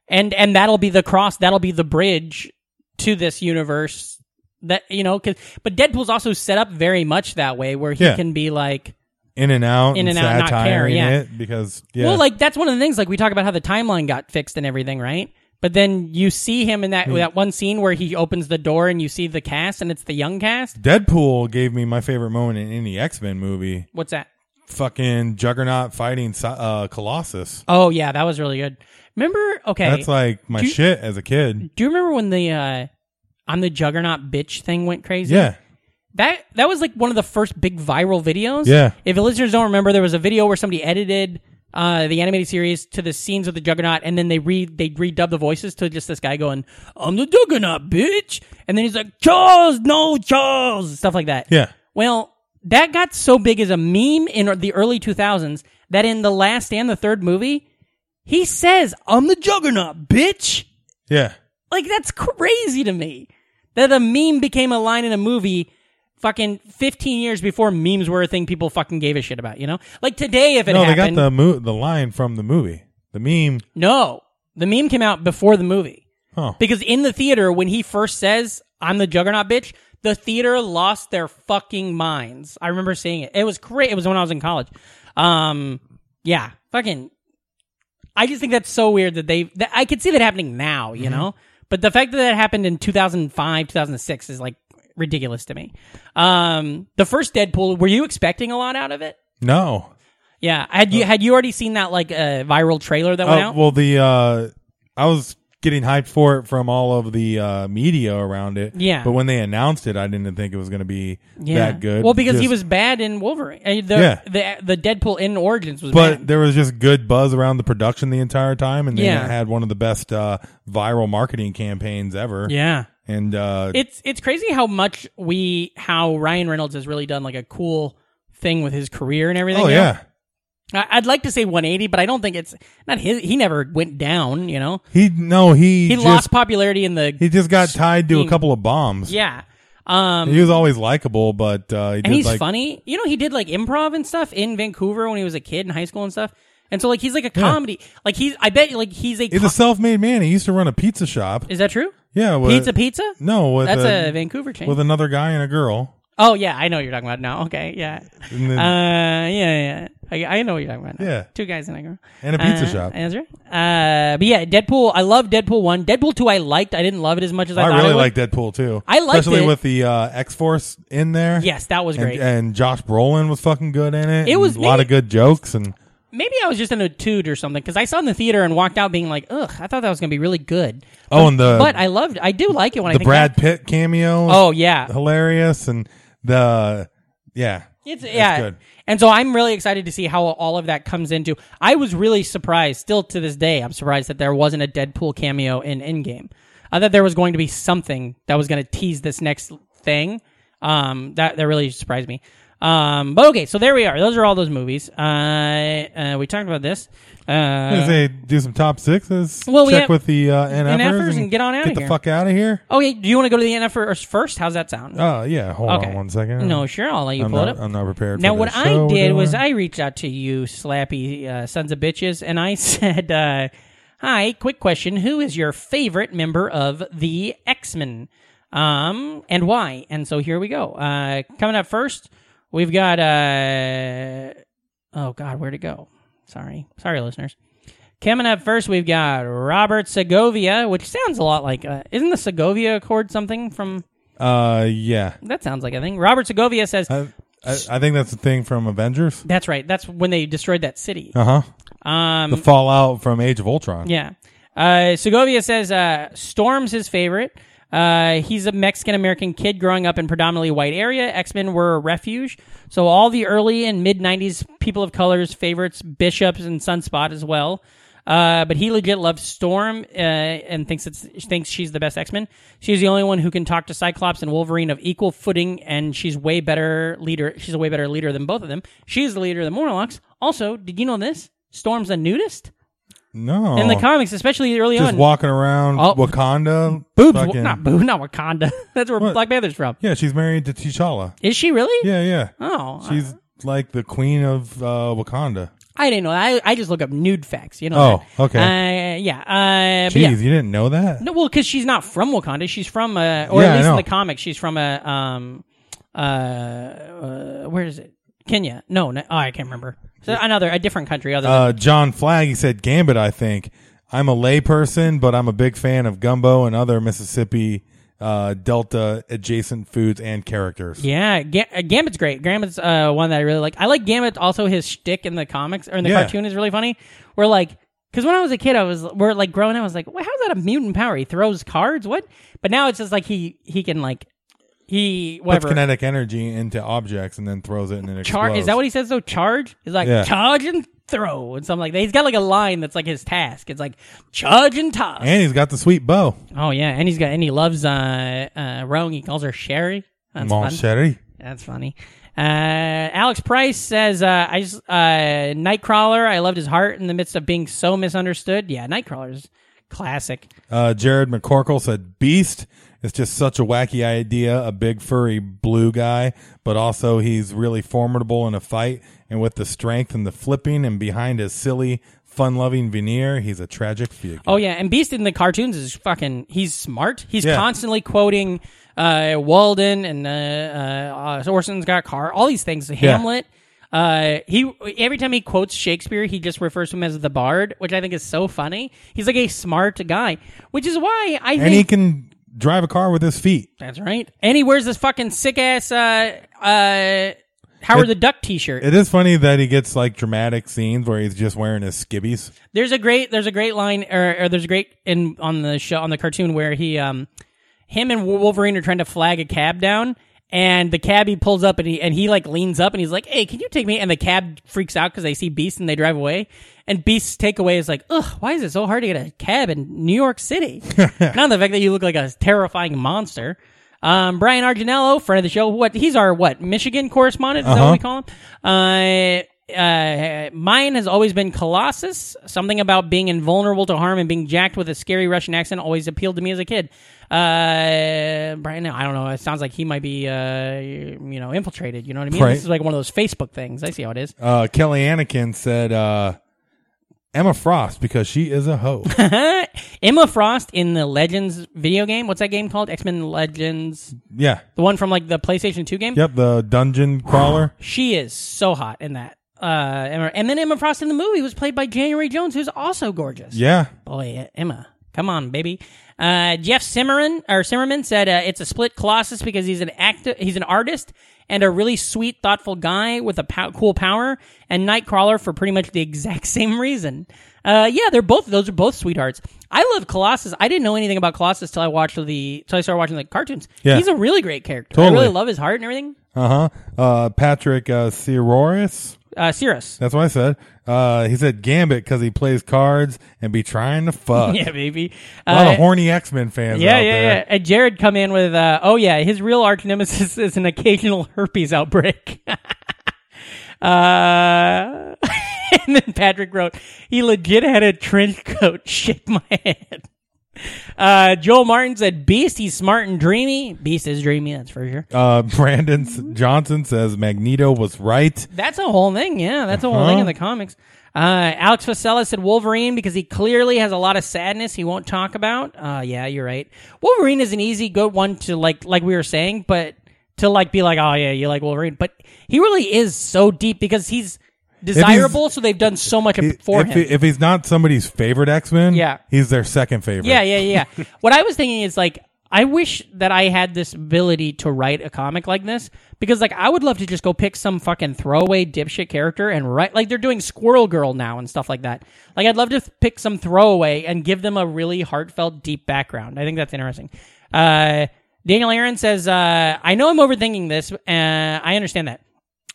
Speaker 5: And and that'll be the cross. That'll be the bridge to this universe. That you know, 'cause- but Deadpool's also set up very much that way, where he
Speaker 4: Yeah.
Speaker 5: can be like,
Speaker 4: in and out
Speaker 5: In and
Speaker 4: and,
Speaker 5: out, not care,
Speaker 4: satiring
Speaker 5: yeah.
Speaker 4: it because yeah
Speaker 5: well, like that's one of the things. Like we talk about how the timeline got fixed and everything, right? But then you see him in
Speaker 4: Hmm.
Speaker 5: that that one scene where he opens the door and you see the cast, and it's the young cast.
Speaker 4: Deadpool gave me my favorite moment in any X Men movie.
Speaker 5: What's that?
Speaker 4: Fucking Juggernaut fighting Si- uh, Colossus.
Speaker 5: Oh yeah, that was really good. Remember? Okay,
Speaker 4: That's like my
Speaker 5: Do you-
Speaker 4: shit as a kid.
Speaker 5: do you remember when the uh, I'm the Juggernaut bitch thing went crazy?
Speaker 4: Yeah,
Speaker 5: That that was like one of the first big viral videos.
Speaker 4: Yeah.
Speaker 5: If the listeners don't remember, there was a video where somebody edited uh, the animated series to the scenes of the Juggernaut, and then they re they redub the voices to just this guy going, "I'm the Juggernaut, bitch," and then he's like, "Charles, no, Charles," stuff like that.
Speaker 4: Yeah.
Speaker 5: Well, that got so big as a meme in the early 2000s that in the last and the third movie, he says, "I'm the Juggernaut, bitch."
Speaker 4: Yeah.
Speaker 5: Like that's crazy to me that a meme became a line in a movie fucking 15 years before memes were a thing people fucking gave a shit about, you know? Like today if it
Speaker 4: No, they got
Speaker 5: happened.
Speaker 4: the mo- the line from the movie. The meme. Oh,
Speaker 5: no. The meme came out before the movie.
Speaker 4: Huh.
Speaker 5: Because in the theater when he first says, "I'm the Juggernaut bitch," the theater lost their fucking minds. I remember seeing it. It was great. It was when I was in college. Um yeah, fucking I just think that's so weird that they. That I could see that happening now, you know. But the fact that that happened in 2005, 2006 is like ridiculous to me. Um, the first Deadpool, were you expecting a lot out of it?
Speaker 4: No.
Speaker 5: Yeah, had you had you already seen that like uh, viral trailer that went
Speaker 4: Uh,
Speaker 5: out?
Speaker 4: well, the uh, I was getting hyped for it from all of the uh, media around it.
Speaker 5: Yeah.
Speaker 4: But when they announced it, I didn't think it was going to be that good.
Speaker 5: Well, because he
Speaker 4: Just-
Speaker 5: was bad in Wolverine. Uh, the, the the Deadpool in Origins was
Speaker 4: But
Speaker 5: bad.
Speaker 4: there was just good buzz around the production the entire time, and they
Speaker 5: Yeah.
Speaker 4: had one of the best uh, viral marketing campaigns ever.
Speaker 5: yeah.
Speaker 4: And uh,
Speaker 5: It's it's crazy how much we how Ryan Reynolds has really done like a cool thing with his career and everything.
Speaker 4: oh
Speaker 5: you know?
Speaker 4: yeah,
Speaker 5: I- I'd like to say 180, but I don't think it's not his. He never went down, you know.
Speaker 4: he no he
Speaker 5: He
Speaker 4: just,
Speaker 5: lost popularity in the
Speaker 4: he just got tied to a
Speaker 5: Scheme.
Speaker 4: couple of bombs.
Speaker 5: yeah. Um,
Speaker 4: He was always likable, but uh, he did
Speaker 5: and he's
Speaker 4: like
Speaker 5: funny. You know, he did like improv and stuff in Vancouver when he was a kid in high school and stuff. And so like he's like a comedy. Like he's I bet like he's a.
Speaker 4: he's
Speaker 5: co-
Speaker 4: a self-made man. He used to run a pizza shop.
Speaker 5: is that true?
Speaker 4: yeah, with,
Speaker 5: Pizza Pizza.
Speaker 4: No, with
Speaker 5: That's
Speaker 4: a,
Speaker 5: a Vancouver chain.
Speaker 4: with another guy and a girl.
Speaker 5: oh yeah, I know what you're talking about now. Okay, yeah, uh,
Speaker 4: And then-
Speaker 5: yeah, yeah. I, I know what you're talking about. Now.
Speaker 4: Yeah.
Speaker 5: two guys and a girl.
Speaker 4: And a pizza
Speaker 5: Uh,
Speaker 4: shop.
Speaker 5: That's right. Uh, but yeah, Deadpool. I love Deadpool one. Deadpool two. I liked. I didn't love it as much as I,
Speaker 4: I,
Speaker 5: thought
Speaker 4: really
Speaker 5: I would.
Speaker 4: like Deadpool too.
Speaker 5: I liked
Speaker 4: especially
Speaker 5: it.
Speaker 4: with the uh, X Force in there.
Speaker 5: Yes, that was
Speaker 4: And- uh,
Speaker 5: great.
Speaker 4: And, Josh Brolin was fucking good in it.
Speaker 5: It
Speaker 4: and
Speaker 5: was
Speaker 4: a lot
Speaker 5: me-
Speaker 4: of good jokes and
Speaker 5: Maybe I was just in a toot or something because I saw it in the theater and walked out being like, "Ugh, I thought that was gonna be really good."
Speaker 4: oh, and the
Speaker 5: But I loved. I do like it when I
Speaker 4: the
Speaker 5: think
Speaker 4: Brad
Speaker 5: back-
Speaker 4: Pitt cameo. was
Speaker 5: Oh yeah,
Speaker 4: hilarious and the yeah.
Speaker 5: It's yeah.
Speaker 4: good.
Speaker 5: And so I'm really excited to see how all of that comes into. I was really surprised. Still to this day, I'm surprised that there wasn't a Deadpool cameo in Endgame. I thought there was going to be something that was going to tease this next thing. Um, that that really surprised me. Um, but okay, so there we are. Those are all those movies. Uh, uh we talked about this.
Speaker 4: I
Speaker 5: Uh,
Speaker 4: say do some top sixes.
Speaker 5: Well, we
Speaker 4: check
Speaker 5: have-
Speaker 4: with the uh, NFers,
Speaker 5: NFers and get on outta
Speaker 4: Get the
Speaker 5: here. Oh.
Speaker 4: fuck out of here.
Speaker 5: okay, do you want to go to the NF first? How's that sound?
Speaker 4: Uh, yeah. Hold
Speaker 5: okay,
Speaker 4: on one second.
Speaker 5: No, sure, I'll let you
Speaker 4: I'm
Speaker 5: pull
Speaker 4: not,
Speaker 5: it up.
Speaker 4: I'm not prepared.
Speaker 5: Now,
Speaker 4: for
Speaker 5: what
Speaker 4: this
Speaker 5: I
Speaker 4: show we're
Speaker 5: did was
Speaker 4: doing.
Speaker 5: I reached out to you, slappy uh, sons of bitches, and I [LAUGHS] said, uh, "Hi, quick question: Who is your favorite member of the X Men, um, and why?" And so here we go. Uh, coming up first, we've got. Uh, oh God, where'd it go? Sorry, sorry, listeners. Coming up first, we've got Robert Segovia, which sounds a lot like uh, isn't the Segovia Accord something from?
Speaker 4: Uh, yeah.
Speaker 5: That sounds like a thing. Robert Segovia says.
Speaker 4: I, I, I think that's the thing from Avengers.
Speaker 5: that's right. That's when they destroyed that city.
Speaker 4: Uh huh.
Speaker 5: Um,
Speaker 4: The fallout from Age of Ultron.
Speaker 5: yeah. Uh, Segovia says uh, Storm's his favorite. Uh, he's a Mexican American kid growing up in predominantly white area. X Men were a refuge, so all the early and mid '90s people of colors favorites, Bishops and Sunspot as well. Uh, but he legit loves Storm uh, and thinks it's thinks she's the best X Men. She's the only one who can talk to Cyclops and Wolverine of equal footing, and she's way better leader. She's a way better leader than both of them. She's the leader of the Morlocks. Also, did you know this? Storm's a nudist
Speaker 4: No.
Speaker 5: in the comics, especially early
Speaker 4: Oh. just
Speaker 5: on.
Speaker 4: walking around
Speaker 5: Oh.
Speaker 4: Wakanda.
Speaker 5: boobs,
Speaker 4: fucking-
Speaker 5: not boob, not Wakanda. [LAUGHS] That's where
Speaker 4: What?
Speaker 5: Black Panther's from.
Speaker 4: Yeah, she's married to T'Challa.
Speaker 5: Is she really?
Speaker 4: Yeah, yeah.
Speaker 5: Oh, I-
Speaker 4: She's like the queen of uh, Wakanda.
Speaker 5: I didn't know. I I just look up nude facts. You know.
Speaker 4: Oh,
Speaker 5: that.
Speaker 4: okay.
Speaker 5: Uh, yeah. Uh, but
Speaker 4: Jeez,
Speaker 5: yeah.
Speaker 4: you didn't know that?
Speaker 5: No, well, because she's not from Wakanda. She's from, uh, or
Speaker 4: Yeah,
Speaker 5: at
Speaker 4: I
Speaker 5: least in
Speaker 4: know.
Speaker 5: the comics, she's from a, um, uh, uh, where is it? Kenya? No, no oh, I can't remember. So another, a different country. Other than
Speaker 4: Uh, John Flagg, he said Gambit, I think. I'm a layperson, but I'm a big fan of gumbo and other Mississippi uh, Delta adjacent foods and characters.
Speaker 5: Yeah, Ga- uh, Gambit's great. Gambit's uh, one that I really like. I like Gambit. Also, his shtick in the comics or in the
Speaker 4: Yeah.
Speaker 5: cartoon is really funny. We're like, because when I was a kid, I was we're like growing up. I was like, well, how's that a mutant power? He throws cards. What? But now it's just like he he can like he
Speaker 4: Puts
Speaker 5: whatever.
Speaker 4: kinetic energy into objects and then throws it and it
Speaker 5: Char-
Speaker 4: explodes.
Speaker 5: is that what he says though? Charge? He's like
Speaker 4: Yeah.
Speaker 5: charging throw and something like that. He's got like a line that's like his task. It's like charge and toss.
Speaker 4: And he's got the sweet bow.
Speaker 5: oh yeah, and he's got and he loves uh uh Rowan. He calls her Sherry. That's
Speaker 4: Mon
Speaker 5: fun.
Speaker 4: Chéri.
Speaker 5: That's funny. Uh, Alex Price says, uh, "I just uh, Nightcrawler. I loved his heart in the midst of being so misunderstood. Yeah, Nightcrawler's classic.
Speaker 4: Uh, Jared McCorkle said, Beast is just such a wacky idea, a big furry blue guy, but also he's really formidable in a fight. And with the strength and the flipping and behind his silly, fun loving veneer, he's a tragic figure.
Speaker 5: Oh yeah, and Beast in the cartoons is fucking. He's smart. He's
Speaker 4: Yeah.
Speaker 5: constantly quoting uh, Walden and uh, uh, Orson Scott Card. All these things. Hamlet. Uh, he every time he quotes Shakespeare, he just refers to him as the Bard, which I think is so funny. He's like a smart guy, which is why I
Speaker 4: and
Speaker 5: think
Speaker 4: he can drive a car with his feet.
Speaker 5: That's right. And he wears this fucking sick ass uh uh Howard the Duck T-shirt.
Speaker 4: It is funny that he gets like dramatic scenes where he's just wearing his skibbies.
Speaker 5: there's a great there's a great line or, or there's a great in on the show on the cartoon where he um him and Wolverine are trying to flag a cab down and the cabbie pulls up and he and he like leans up and he's like, "Hey, can you take me?" And the cab freaks out because they see Beast and they drive away. And Beast's takeaway is like, "Ugh, why is it so hard to get a cab in New York City?" Not the fact that you look like a terrifying monster. Um, Brian Arginello, friend of the show, what he's our what Michigan correspondent? Is that what we call him? Uh, uh, mine has always been Colossus. Something about being invulnerable to harm and being jacked with a scary Russian accent always appealed to me as a kid. Uh, Brian, I don't know. It sounds like he might be, uh, you know, infiltrated. You know what I mean?
Speaker 4: Right.
Speaker 5: This is like one of those Facebook things. I see how it is.
Speaker 4: Uh, Kelly Anakin said, uh, Emma Frost because she is a hoe.
Speaker 5: Uh, Emma Frost in the Legends video game. What's that game called? X Men Legends.
Speaker 4: yeah.
Speaker 5: The one from like the PlayStation 2 game.
Speaker 4: Yep. The dungeon crawler.
Speaker 5: She is so hot in that. Uh, Emma- and then Emma Frost in the movie was played by January Jones, who's also gorgeous.
Speaker 4: Yeah.
Speaker 5: Boy, Emma, come on, baby. Uh, Jeff Simmerman or Simmerman said uh, it's a split Colossus because he's an act, he's an artist and a really sweet, thoughtful guy with a pow- cool power, and Nightcrawler for pretty much the exact [LAUGHS] same reason. Uh, yeah, they're both those are both sweethearts. I love Colossus. I didn't know anything about Colossus till I watched the till I started watching the cartoons.
Speaker 4: Yeah.
Speaker 5: he's a really great character. I
Speaker 4: Totally.
Speaker 5: really love his heart and everything.
Speaker 4: Uh-huh. Uh Patrick uh Ciroris.
Speaker 5: Uh, Cirrus.
Speaker 4: That's what I said. Uh he said Gambit because he plays cards and be trying to
Speaker 5: [LAUGHS]
Speaker 4: fuck.
Speaker 5: Yeah, baby.
Speaker 4: A lot
Speaker 5: Uh,
Speaker 4: of horny X Men fans
Speaker 5: Yeah,
Speaker 4: out
Speaker 5: yeah,
Speaker 4: there.
Speaker 5: yeah. And Jared come in with, uh, oh yeah, his real arch nemesis [LAUGHS] is an occasional herpes outbreak. [LAUGHS] uh, [LAUGHS] and then Patrick wrote, he legit had a trench coat. [LAUGHS] Shake my head. Uh, Joel Martin said, Beast, he's smart and dreamy. Beast is dreamy, that's for sure.
Speaker 4: Uh Brandon S- Johnson says Magneto was right.
Speaker 5: That's a whole thing. Yeah, that's a whole thing in the
Speaker 4: Uh-huh.
Speaker 5: comics. Uh, Alex Facella said Wolverine because he clearly has a lot of sadness he won't talk about. Uh, yeah, you're right. Wolverine is an easy, good one to like, like we were saying, but to like be like, oh yeah, you like Wolverine, but he really is so deep because he's desirable. So they've done so much for
Speaker 4: if,
Speaker 5: him.
Speaker 4: he- if he's not somebody's favorite X Men,
Speaker 5: Yeah.
Speaker 4: he's their second favorite.
Speaker 5: Yeah, yeah, yeah. what I was thinking is like I wish that I had this ability to write a comic like this because like I would love to just go pick some fucking throwaway dipshit character and write like they're doing Squirrel Girl now and stuff like that. Like I'd love to th- pick some throwaway and give them a really heartfelt deep background. I think that's interesting. Uh Daniel Aaron says, uh, I know I'm overthinking this. Uh, I understand that.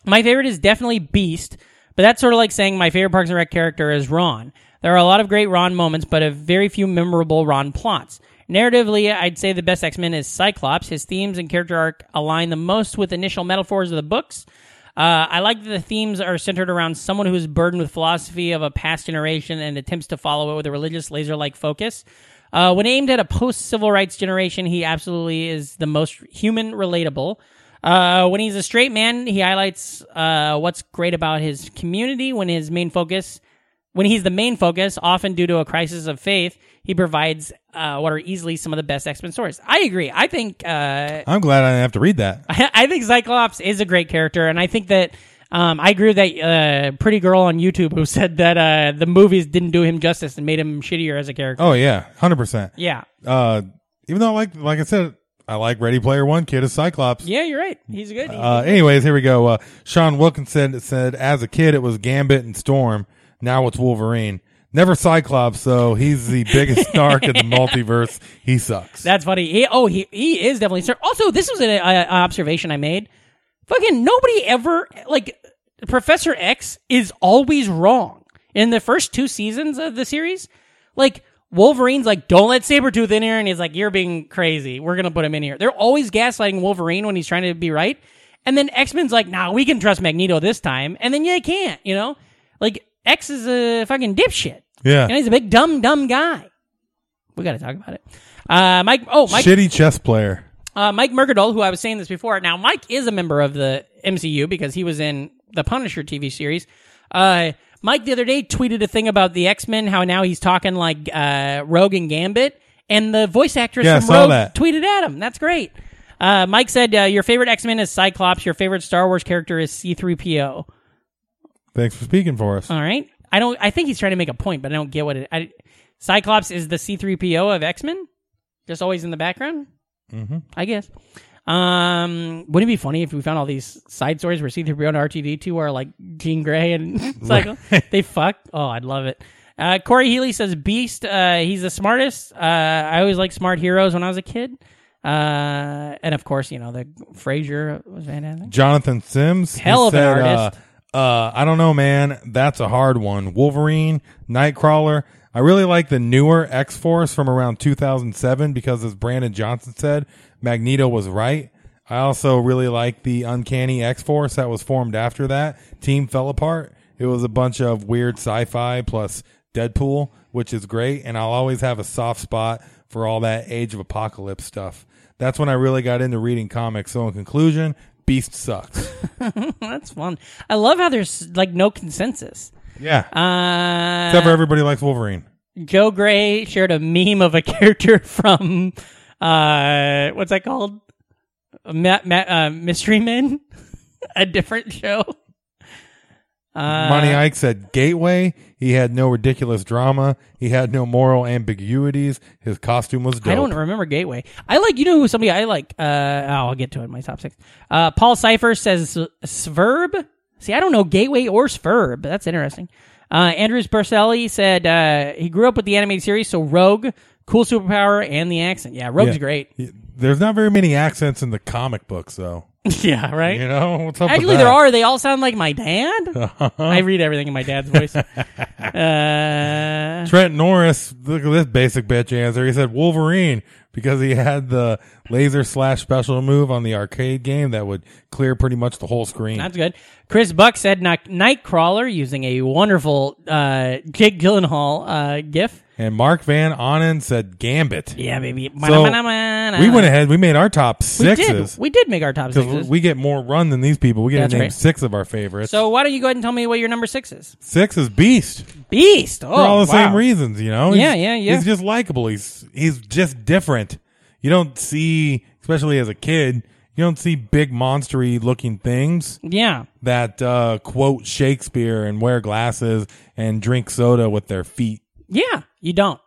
Speaker 5: My favorite is definitely Beast, but that's sort of like saying my favorite Parks and Rec character is Ron. There are a lot of great Ron moments, but a very few memorable Ron plots. Narratively, I'd say the best X Men is Cyclops. His themes and character arc align the most with initial metaphors of the books. Uh, I like that the themes are centered around someone who is burdened with philosophy of a past generation and attempts to follow it with a religious, laser like focus. Uh, when aimed at a post civil rights generation, he absolutely is the most human relatable. Uh, when he's a straight man, he highlights uh, what's great about his community. When his main focus, when he's the main focus, often due to a crisis of faith, he provides uh, what are easily some of the best X Men stories. I agree. I think uh, [LAUGHS]
Speaker 4: I'm glad I didn't have to read that.
Speaker 5: I think Cyclops is a great character, and I think that um, I agree with that uh, pretty girl on YouTube who [LAUGHS] said that uh, the movies didn't do him justice and made him shittier as a character.
Speaker 4: Oh yeah, hundred percent.
Speaker 5: Yeah,
Speaker 4: Uh even though I like like I said, I like Ready Player One kid as Cyclops.
Speaker 5: yeah, you're right. He's good.
Speaker 4: Uh, anyways, here we go. Uh, Sean Wilkinson said, as a kid, it was Gambit and Storm. Now it's Wolverine. Never Cyclops, so he's the
Speaker 5: [LAUGHS]
Speaker 4: biggest snark in the multiverse. He sucks.
Speaker 5: That's funny. He, oh, he he is definitely. Sir. Also, this was an, uh, uh, observation I made. Fucking nobody ever like Professor X is always wrong. In the first two seasons of the series, like Wolverine's like, don't let Sabretooth in here. And he's like, you're being crazy. We're going to put him in here. They're always gaslighting Wolverine when he's trying to be right. And then X Men's like, nah, we can trust Magneto this time. And then yeah, they can't, you know? Like, X is a fucking dipshit.
Speaker 4: Yeah.
Speaker 5: And he's a big, dumb, dumb guy. We got to talk about it. Uh, Mike, oh, Mike,
Speaker 4: Shitty chess player.
Speaker 5: uh, Mike Mercadal, who I was saying this before. Now, Mike is a member of the MCU because he was in the Punisher TV series. Uh, Mike the other day tweeted a thing about the X Men, how now he's talking like uh, Rogue and Gambit, and the voice actress
Speaker 4: Yeah, I
Speaker 5: from
Speaker 4: saw
Speaker 5: Rogue
Speaker 4: that.
Speaker 5: tweeted at him. That's great. Uh, Mike said, uh, "Your favorite X Men is Cyclops. Your favorite Star Wars character is C three PO."
Speaker 4: Thanks for speaking for us.
Speaker 5: All right, I don't. I think he's trying to make a point, but I don't get what it. I, Cyclops is the C three PO of X Men, just always in the background. I guess. Um, wouldn't it be funny if we found all these side stories where C-3PO and R2D2 are like Jean Grey and [LAUGHS] Cycle? they fuck. Oh, I'd love it. Uh, Corey Healy says Beast. Uh, he's the smartest. Uh, I always liked smart heroes when I was a kid. Uh, and of course, you know the Frasier was fantastic. [LAUGHS]
Speaker 4: Jonathan Sims. he
Speaker 5: Hell of an
Speaker 4: said, uh,
Speaker 5: artist.
Speaker 4: Uh, I don't know, man. That's a hard one. Wolverine, Nightcrawler. I really like the newer X Force from around 2007 because, as Brandon Johnson said, Magneto was right. I also really like the Uncanny X Force that was formed after that. Team fell apart. It was a bunch of weird sci fi plus Deadpool, which is great. And I'll always have a soft spot for all that Age of Apocalypse stuff. That's when I really got into reading comics. So, in conclusion, Beast sucks.
Speaker 5: That's fun. I love how there's like no consensus.
Speaker 4: Yeah.
Speaker 5: Uh,
Speaker 4: Except for everybody likes Wolverine.
Speaker 5: Joe Gray shared a meme of a [LAUGHS] character from uh what's that called? Ma- ma- uh, Mystery Men, [LAUGHS] a different show. uh,
Speaker 4: Monty Ike said Gateway. He had no ridiculous drama. He had no moral ambiguities. His costume was dope.
Speaker 5: I don't remember Gateway. I like you know who somebody I like. Uh, oh, I'll get to it in my top six. Uh, Paul Cipher says Sverb. See, I don't know Gateway or Sverb. That's interesting. Uh, Andrews Barcelli said uh, he grew up with the animated series, so Rogue, cool superpower, and the accent. Yeah, Rogue's
Speaker 4: Yeah.
Speaker 5: great. [LAUGHS]
Speaker 4: He- There's not very many accents in the comic books, though.
Speaker 5: yeah, right.
Speaker 4: You know what's up? with
Speaker 5: Actually, there
Speaker 4: that?
Speaker 5: are. They all sound like my
Speaker 4: [LAUGHS]
Speaker 5: dad. I read everything in my dad's voice. uh,
Speaker 4: Trent Norris. Look at this basic bitch answer. He said Wolverine because he had the laser slash special move on the arcade game that would clear pretty much the whole screen.
Speaker 5: that's good. Chris Buck said Night- Nightcrawler using a wonderful uh, Jake Gyllenhaal uh, gif.
Speaker 4: and Mark Van Onen said Gambit.
Speaker 5: Yeah, baby. We
Speaker 4: So, we went ahead. We made our top
Speaker 5: We
Speaker 4: sixes.
Speaker 5: did. We did make our top
Speaker 4: Because
Speaker 5: sixes.
Speaker 4: we get more run than these people. We get
Speaker 5: That's
Speaker 4: to name
Speaker 5: right.
Speaker 4: six of our favorites.
Speaker 5: so why don't you go ahead and tell me what your number six is?
Speaker 4: six is Beast
Speaker 5: Beast. Oh,
Speaker 4: for all the
Speaker 5: wow.
Speaker 4: same reasons, you know.
Speaker 5: Yeah,
Speaker 4: He's-
Speaker 5: yeah, yeah.
Speaker 4: He's just likable. He's he's just different. You don't see, especially as a kid, you don't see big monstery looking things
Speaker 5: Yeah.
Speaker 4: that uh, quote Shakespeare and wear glasses and drink soda with their feet.
Speaker 5: Yeah, you don't.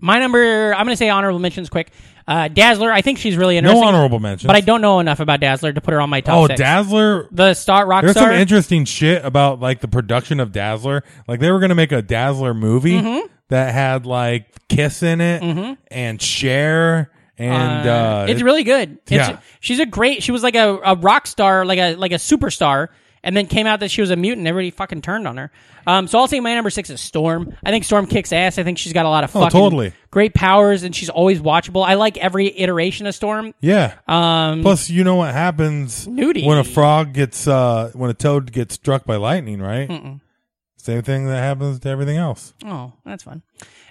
Speaker 5: My number, I'm going to say honorable mentions quick. Uh, Dazzler, I think she's really
Speaker 4: No
Speaker 5: interesting.
Speaker 4: honorable mentions.
Speaker 5: But I don't know enough about Dazzler to put her on my top
Speaker 4: Oh,
Speaker 5: six.
Speaker 4: Dazzler
Speaker 5: the star rock
Speaker 4: There's
Speaker 5: star.
Speaker 4: some interesting shit about like the production of Dazzler. Like they were gonna make a Dazzler movie that had like Kiss in it and Cher and uh,
Speaker 5: it's
Speaker 4: it-
Speaker 5: really good. It's,
Speaker 4: yeah.
Speaker 5: she's a great. She was like a, a rock star, like a like a superstar, and then came out that she was a mutant. Everybody fucking turned on her. Um, so I'll say my number six is Storm. I think Storm kicks ass. I think she's got a lot of fucking
Speaker 4: Oh, totally.
Speaker 5: great powers, and she's always watchable. I like every iteration of Storm.
Speaker 4: yeah. Um, Plus, you know what happens
Speaker 5: Nudie.
Speaker 4: when a frog gets uh, when a toad gets struck by lightning, right? Same thing that happens to everything else.
Speaker 5: Oh, that's fun.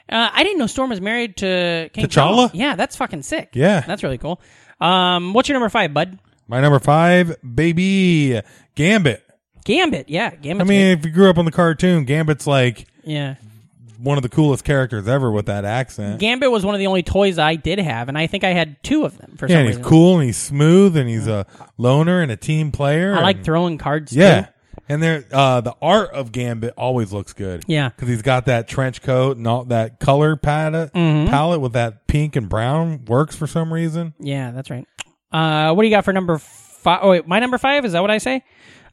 Speaker 5: Uh, I didn't know Storm was married to King
Speaker 4: T'Challa?
Speaker 5: T'Challa. Yeah, that's fucking sick.
Speaker 4: Yeah.
Speaker 5: that's really cool. Um, what's your number five, bud?
Speaker 4: My number five, baby, Gambit.
Speaker 5: Gambit. Yeah, Gambit.
Speaker 4: I mean, if you grew up on the cartoon, Gambit's like
Speaker 5: yeah.
Speaker 4: one of the coolest characters ever with that accent.
Speaker 5: Gambit was one of the only toys I did have, and I think I had two of them for
Speaker 4: Yeah,
Speaker 5: some
Speaker 4: and he's
Speaker 5: reason.
Speaker 4: cool and he's smooth and he's a loner and a team player.
Speaker 5: I like
Speaker 4: and-
Speaker 5: throwing cards.
Speaker 4: Yeah.
Speaker 5: too.
Speaker 4: And there, uh, the art of Gambit always looks good.
Speaker 5: Yeah.
Speaker 4: Because he's got that trench coat and all that color palette,
Speaker 5: Mm-hmm.
Speaker 4: palette with that pink and brown works for some reason.
Speaker 5: yeah, that's right. Uh, what do you got for number five? Oh, wait, my number five is that what I say?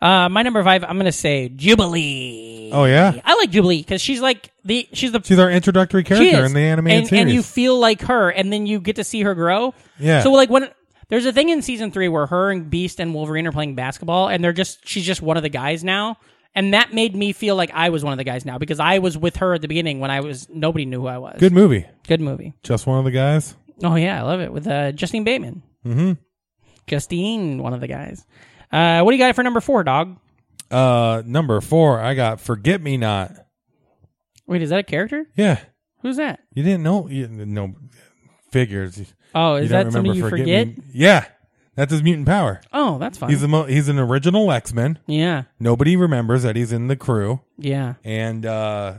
Speaker 5: Uh, my number five, I'm gonna say Jubilee.
Speaker 4: Oh, yeah.
Speaker 5: I like Jubilee because she's like the she's the
Speaker 4: She's our introductory
Speaker 5: she
Speaker 4: character
Speaker 5: is.
Speaker 4: in the animated
Speaker 5: and,
Speaker 4: series.
Speaker 5: and you feel like her, and then you get to see her grow.
Speaker 4: Yeah.
Speaker 5: So like when there's a thing in season three where her and Beast and Wolverine are playing basketball, and they're just she's just one of the guys now, And that made me feel like I was one of the guys now because I was with her at the beginning when I was nobody knew who I was.
Speaker 4: Good movie.
Speaker 5: Good movie.
Speaker 4: Just one of the guys.
Speaker 5: Oh yeah, I love it with uh, Justine Bateman. Mm-hmm. Justine, one of the guys. Uh, what do you got for number four, dog?
Speaker 4: Uh, number four, I got Forget Me Not.
Speaker 5: Wait, is that a character?
Speaker 4: Yeah,
Speaker 5: Who's that?
Speaker 4: you didn't know. You, no figures.
Speaker 5: Oh,
Speaker 4: You
Speaker 5: is
Speaker 4: don't
Speaker 5: that something you
Speaker 4: Forget
Speaker 5: forget?
Speaker 4: Me- Yeah, that's his mutant power.
Speaker 5: Oh, that's fine.
Speaker 4: He's the mo- he's an original X Men.
Speaker 5: yeah,
Speaker 4: Nobody remembers that he's in the crew,
Speaker 5: yeah.
Speaker 4: and uh,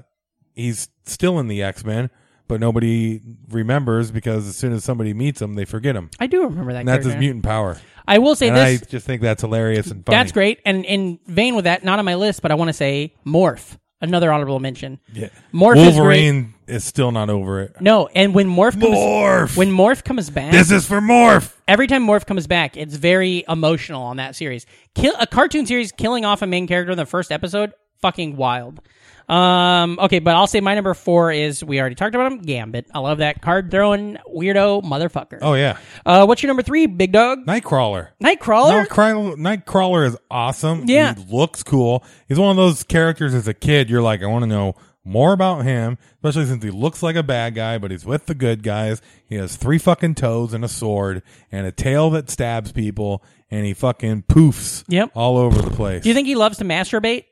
Speaker 4: he's still in the X Men. But nobody remembers because as soon as somebody meets him, they forget him.
Speaker 5: I do remember that.
Speaker 4: And that's his
Speaker 5: character.
Speaker 4: mutant power.
Speaker 5: I will say
Speaker 4: And I
Speaker 5: this.
Speaker 4: just think that's hilarious and funny.
Speaker 5: That's great. And in vain with that, not on my list, but I want to say Morph, another honorable mention.
Speaker 4: Yeah.
Speaker 5: Morph is
Speaker 4: Wolverine is, still not over it.
Speaker 5: No, and when Morph comes,
Speaker 4: Morph!
Speaker 5: when Morph comes back,
Speaker 4: this is for Morph!
Speaker 5: every time Morph comes back, it's very emotional on that series. Kill a cartoon series killing off a main character in the first episode, fucking wild. Um, okay, but I'll say my number four is we already talked about him, Gambit. I love that card throwing weirdo motherfucker.
Speaker 4: Oh, yeah.
Speaker 5: Uh, what's your number three, Big Dog?
Speaker 4: Nightcrawler.
Speaker 5: Nightcrawler.
Speaker 4: Nightcrawler, Nightcrawler is awesome.
Speaker 5: Yeah.
Speaker 4: He looks cool. He's one of those characters as a kid, you're like, I want to know more about him, especially since he looks like a bad guy, but he's with the good guys. He has three fucking toes and a sword and a tail that stabs people, and he fucking poofs
Speaker 5: Yep.
Speaker 4: all over the place.
Speaker 5: Do you think he loves to masturbate?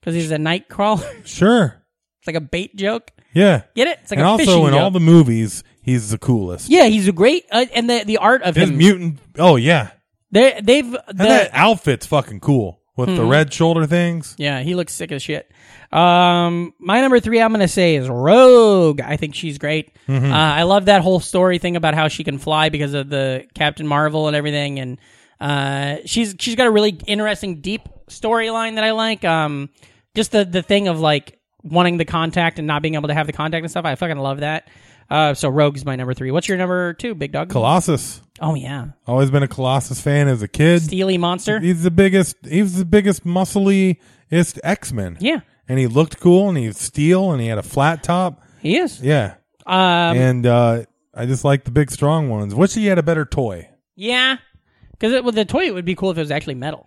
Speaker 5: Because he's a night crawler. [LAUGHS] it's
Speaker 4: sure.
Speaker 5: like a bait joke.
Speaker 4: Yeah.
Speaker 5: Get it? It's like
Speaker 4: and
Speaker 5: a
Speaker 4: also
Speaker 5: fishing
Speaker 4: in all
Speaker 5: joke.
Speaker 4: the movies, he's the coolest.
Speaker 5: Yeah, he's a great uh, and the the art of
Speaker 4: His
Speaker 5: him.
Speaker 4: mutant. Oh yeah,
Speaker 5: they they've
Speaker 4: and that
Speaker 5: the, Mm-hmm.
Speaker 4: outfit's fucking cool with the red shoulder things.
Speaker 5: yeah, he looks sick as shit. Um, my number three, I'm gonna say is Rogue. I think she's great. Uh, I love that whole story thing about how she can fly because of the Captain Marvel and everything, and uh, she's she's got a really interesting deep storyline that I like. Um, just the the thing of like wanting the contact and not being able to have the contact and stuff. I fucking love that. Uh, so Rogue's my number three. What's your number two, Big Dog?
Speaker 4: Colossus.
Speaker 5: oh yeah,
Speaker 4: Always been a Colossus fan as a kid.
Speaker 5: Steely Monster.
Speaker 4: He's the biggest. He's the biggest musclyest X Men.
Speaker 5: Yeah.
Speaker 4: and he looked cool, and he was steel, and he had a flat top.
Speaker 5: He is.
Speaker 4: Yeah,
Speaker 5: Um,
Speaker 4: and uh, I just like the big strong ones. Wish he had a better toy.
Speaker 5: Yeah, because with the toy, it would be cool if it was actually metal.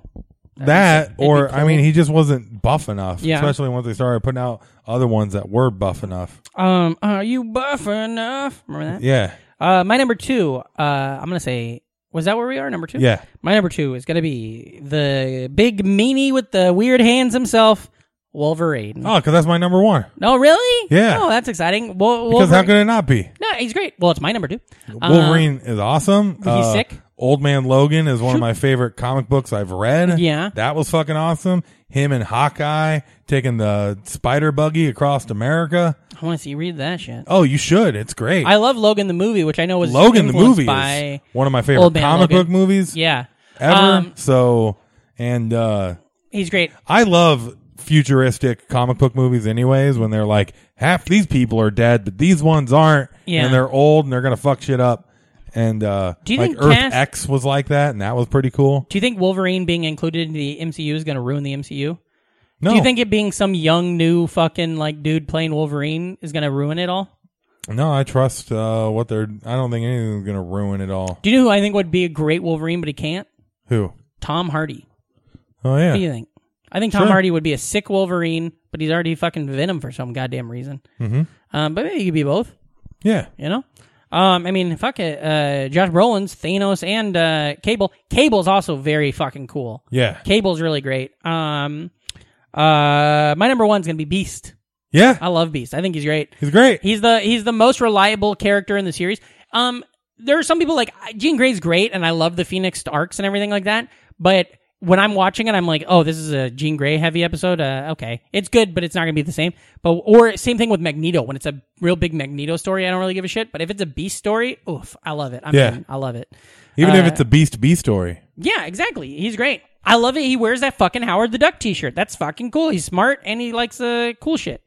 Speaker 4: That
Speaker 5: be
Speaker 4: or I
Speaker 5: cool.
Speaker 4: mean, he just wasn't buff enough.
Speaker 5: Yeah.
Speaker 4: especially once they started putting out other ones that were buff enough.
Speaker 5: Um, are you buff enough? Remember that?
Speaker 4: Yeah,
Speaker 5: Uh, my number two. Uh, I'm gonna say, was that where we are? Number two.
Speaker 4: Yeah.
Speaker 5: My number two is gonna be the big meanie with the weird hands himself, Wolverine.
Speaker 4: oh, because that's my number one.
Speaker 5: No, really?
Speaker 4: Yeah.
Speaker 5: Oh, that's exciting. Wo-
Speaker 4: Because how
Speaker 5: Wolverine-
Speaker 4: could it not be?
Speaker 5: No, he's great. Well, it's my number two.
Speaker 4: Wolverine is awesome. He's
Speaker 5: Uh, sick?
Speaker 4: Old Man Logan is one of my favorite comic books I've read.
Speaker 5: Yeah.
Speaker 4: That was fucking awesome. Him and Hawkeye taking the spider buggy across America.
Speaker 5: I want to see you read that shit.
Speaker 4: Oh, you should. It's great.
Speaker 5: I love Logan the movie, which I know was
Speaker 4: Logan the
Speaker 5: influenced
Speaker 4: movie is
Speaker 5: by
Speaker 4: one of my favorite
Speaker 5: Old Man
Speaker 4: comic
Speaker 5: Logan.
Speaker 4: book movies
Speaker 5: yeah.
Speaker 4: ever.
Speaker 5: Um,
Speaker 4: so, and, uh,
Speaker 5: he's great.
Speaker 4: I love futuristic comic book movies anyways when they're like half these people are dead but these ones aren't
Speaker 5: Yeah.
Speaker 4: and they're old and they're going to fuck shit up and uh
Speaker 5: Do you
Speaker 4: like
Speaker 5: think
Speaker 4: Earth
Speaker 5: Cass-
Speaker 4: X was like that and that was pretty cool.
Speaker 5: Do you think Wolverine being included in the MCU is going to ruin the MCU?
Speaker 4: No.
Speaker 5: Do you think it being some young new fucking like dude playing Wolverine is going to ruin it all?
Speaker 4: No, I trust uh what they're I don't think anything's going to ruin it all.
Speaker 5: Do you know who I think would be a great Wolverine but he can't?
Speaker 4: Who?
Speaker 5: Tom Hardy.
Speaker 4: Oh
Speaker 5: What do
Speaker 4: yeah.
Speaker 5: you think? I think Tom
Speaker 4: Sure.
Speaker 5: Hardy would be a sick Wolverine, but he's already fucking Venom for some goddamn reason. Mm-hmm. Um, but maybe he could be both.
Speaker 4: Yeah.
Speaker 5: You know. Um, I mean, fuck it. Uh, Josh Brolin's Thanos and uh, Cable. Cable's also very fucking cool.
Speaker 4: Yeah.
Speaker 5: Cable's really great. Um, uh, my number one's gonna be Beast.
Speaker 4: Yeah.
Speaker 5: I love Beast. I think he's great.
Speaker 4: He's great.
Speaker 5: He's the he's the most reliable character in the series. Um, there are some people like I- Jean Grey's great, and I love the Phoenix arcs and everything like that. But when I'm watching it, I'm like, oh, this is a Jean Grey heavy episode. Uh, okay, it's good, but it's not gonna be the same. But or same thing with Magneto. When it's a real big Magneto story, I don't really give a shit. But if it's a Beast story, oof, I love it. I'm
Speaker 4: Yeah.
Speaker 5: in. I love it.
Speaker 4: Even if
Speaker 5: uh,
Speaker 4: it's a Beast B story.
Speaker 5: Yeah, exactly. He's great. I love it. He wears that fucking Howard the Duck T-shirt. That's fucking cool. He's smart and he likes uh, cool shit.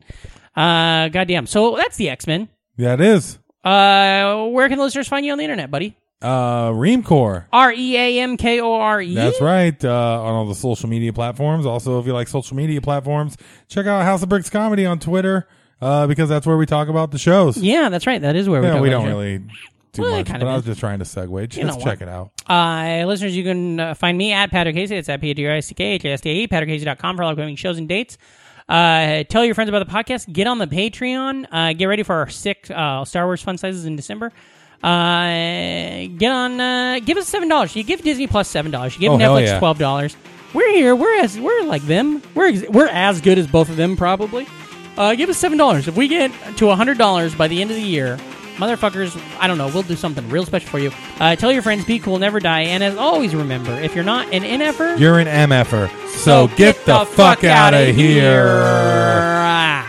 Speaker 5: Uh, goddamn. So that's the X Men.
Speaker 4: Yeah, it is.
Speaker 5: Uh, where can the listeners find you on the internet, buddy?
Speaker 4: Uh Reamcore.
Speaker 5: R E A M K O R E.
Speaker 4: That's right. Uh, on all the social media platforms. Also, if you like social media platforms, check out House of Bricks Comedy on Twitter uh, because that's where we talk about the shows.
Speaker 5: Yeah, that's right. That is where we.
Speaker 4: Yeah,
Speaker 5: talk
Speaker 4: we
Speaker 5: about
Speaker 4: don't
Speaker 5: shit.
Speaker 4: really too
Speaker 5: Well, it
Speaker 4: much,
Speaker 5: kind
Speaker 4: but
Speaker 5: of
Speaker 4: I was
Speaker 5: is.
Speaker 4: just trying to segue. Just
Speaker 5: You know
Speaker 4: check
Speaker 5: what?
Speaker 4: it out.
Speaker 5: Uh, listeners, you can uh, find me at Patrick Casey. It's at P A D R I C K H A S T A E, patrickhasey.com for all upcoming shows and dates. Uh, tell your friends about the podcast. Get on the Patreon. Uh, get ready for our six uh, Star Wars fun sizes in December. Uh, get on. Uh, give us seven dollars. You give Disney Plus seven dollars. You give
Speaker 4: Oh, hell
Speaker 5: Netflix
Speaker 4: yeah.
Speaker 5: twelve dollars. We're here. We're as we're like them. We're ex- we're as good as both of them probably. Uh, give us seven dollars. If we get to hundred dollars by the end of the year, motherfuckers, I don't know. We'll do something real special for you. Uh, tell your friends, be cool, never die, and as always, remember if you're not an NFer,
Speaker 4: You're an MFer, so, get, the, fuck, out
Speaker 5: outta
Speaker 4: of here.
Speaker 5: Ah.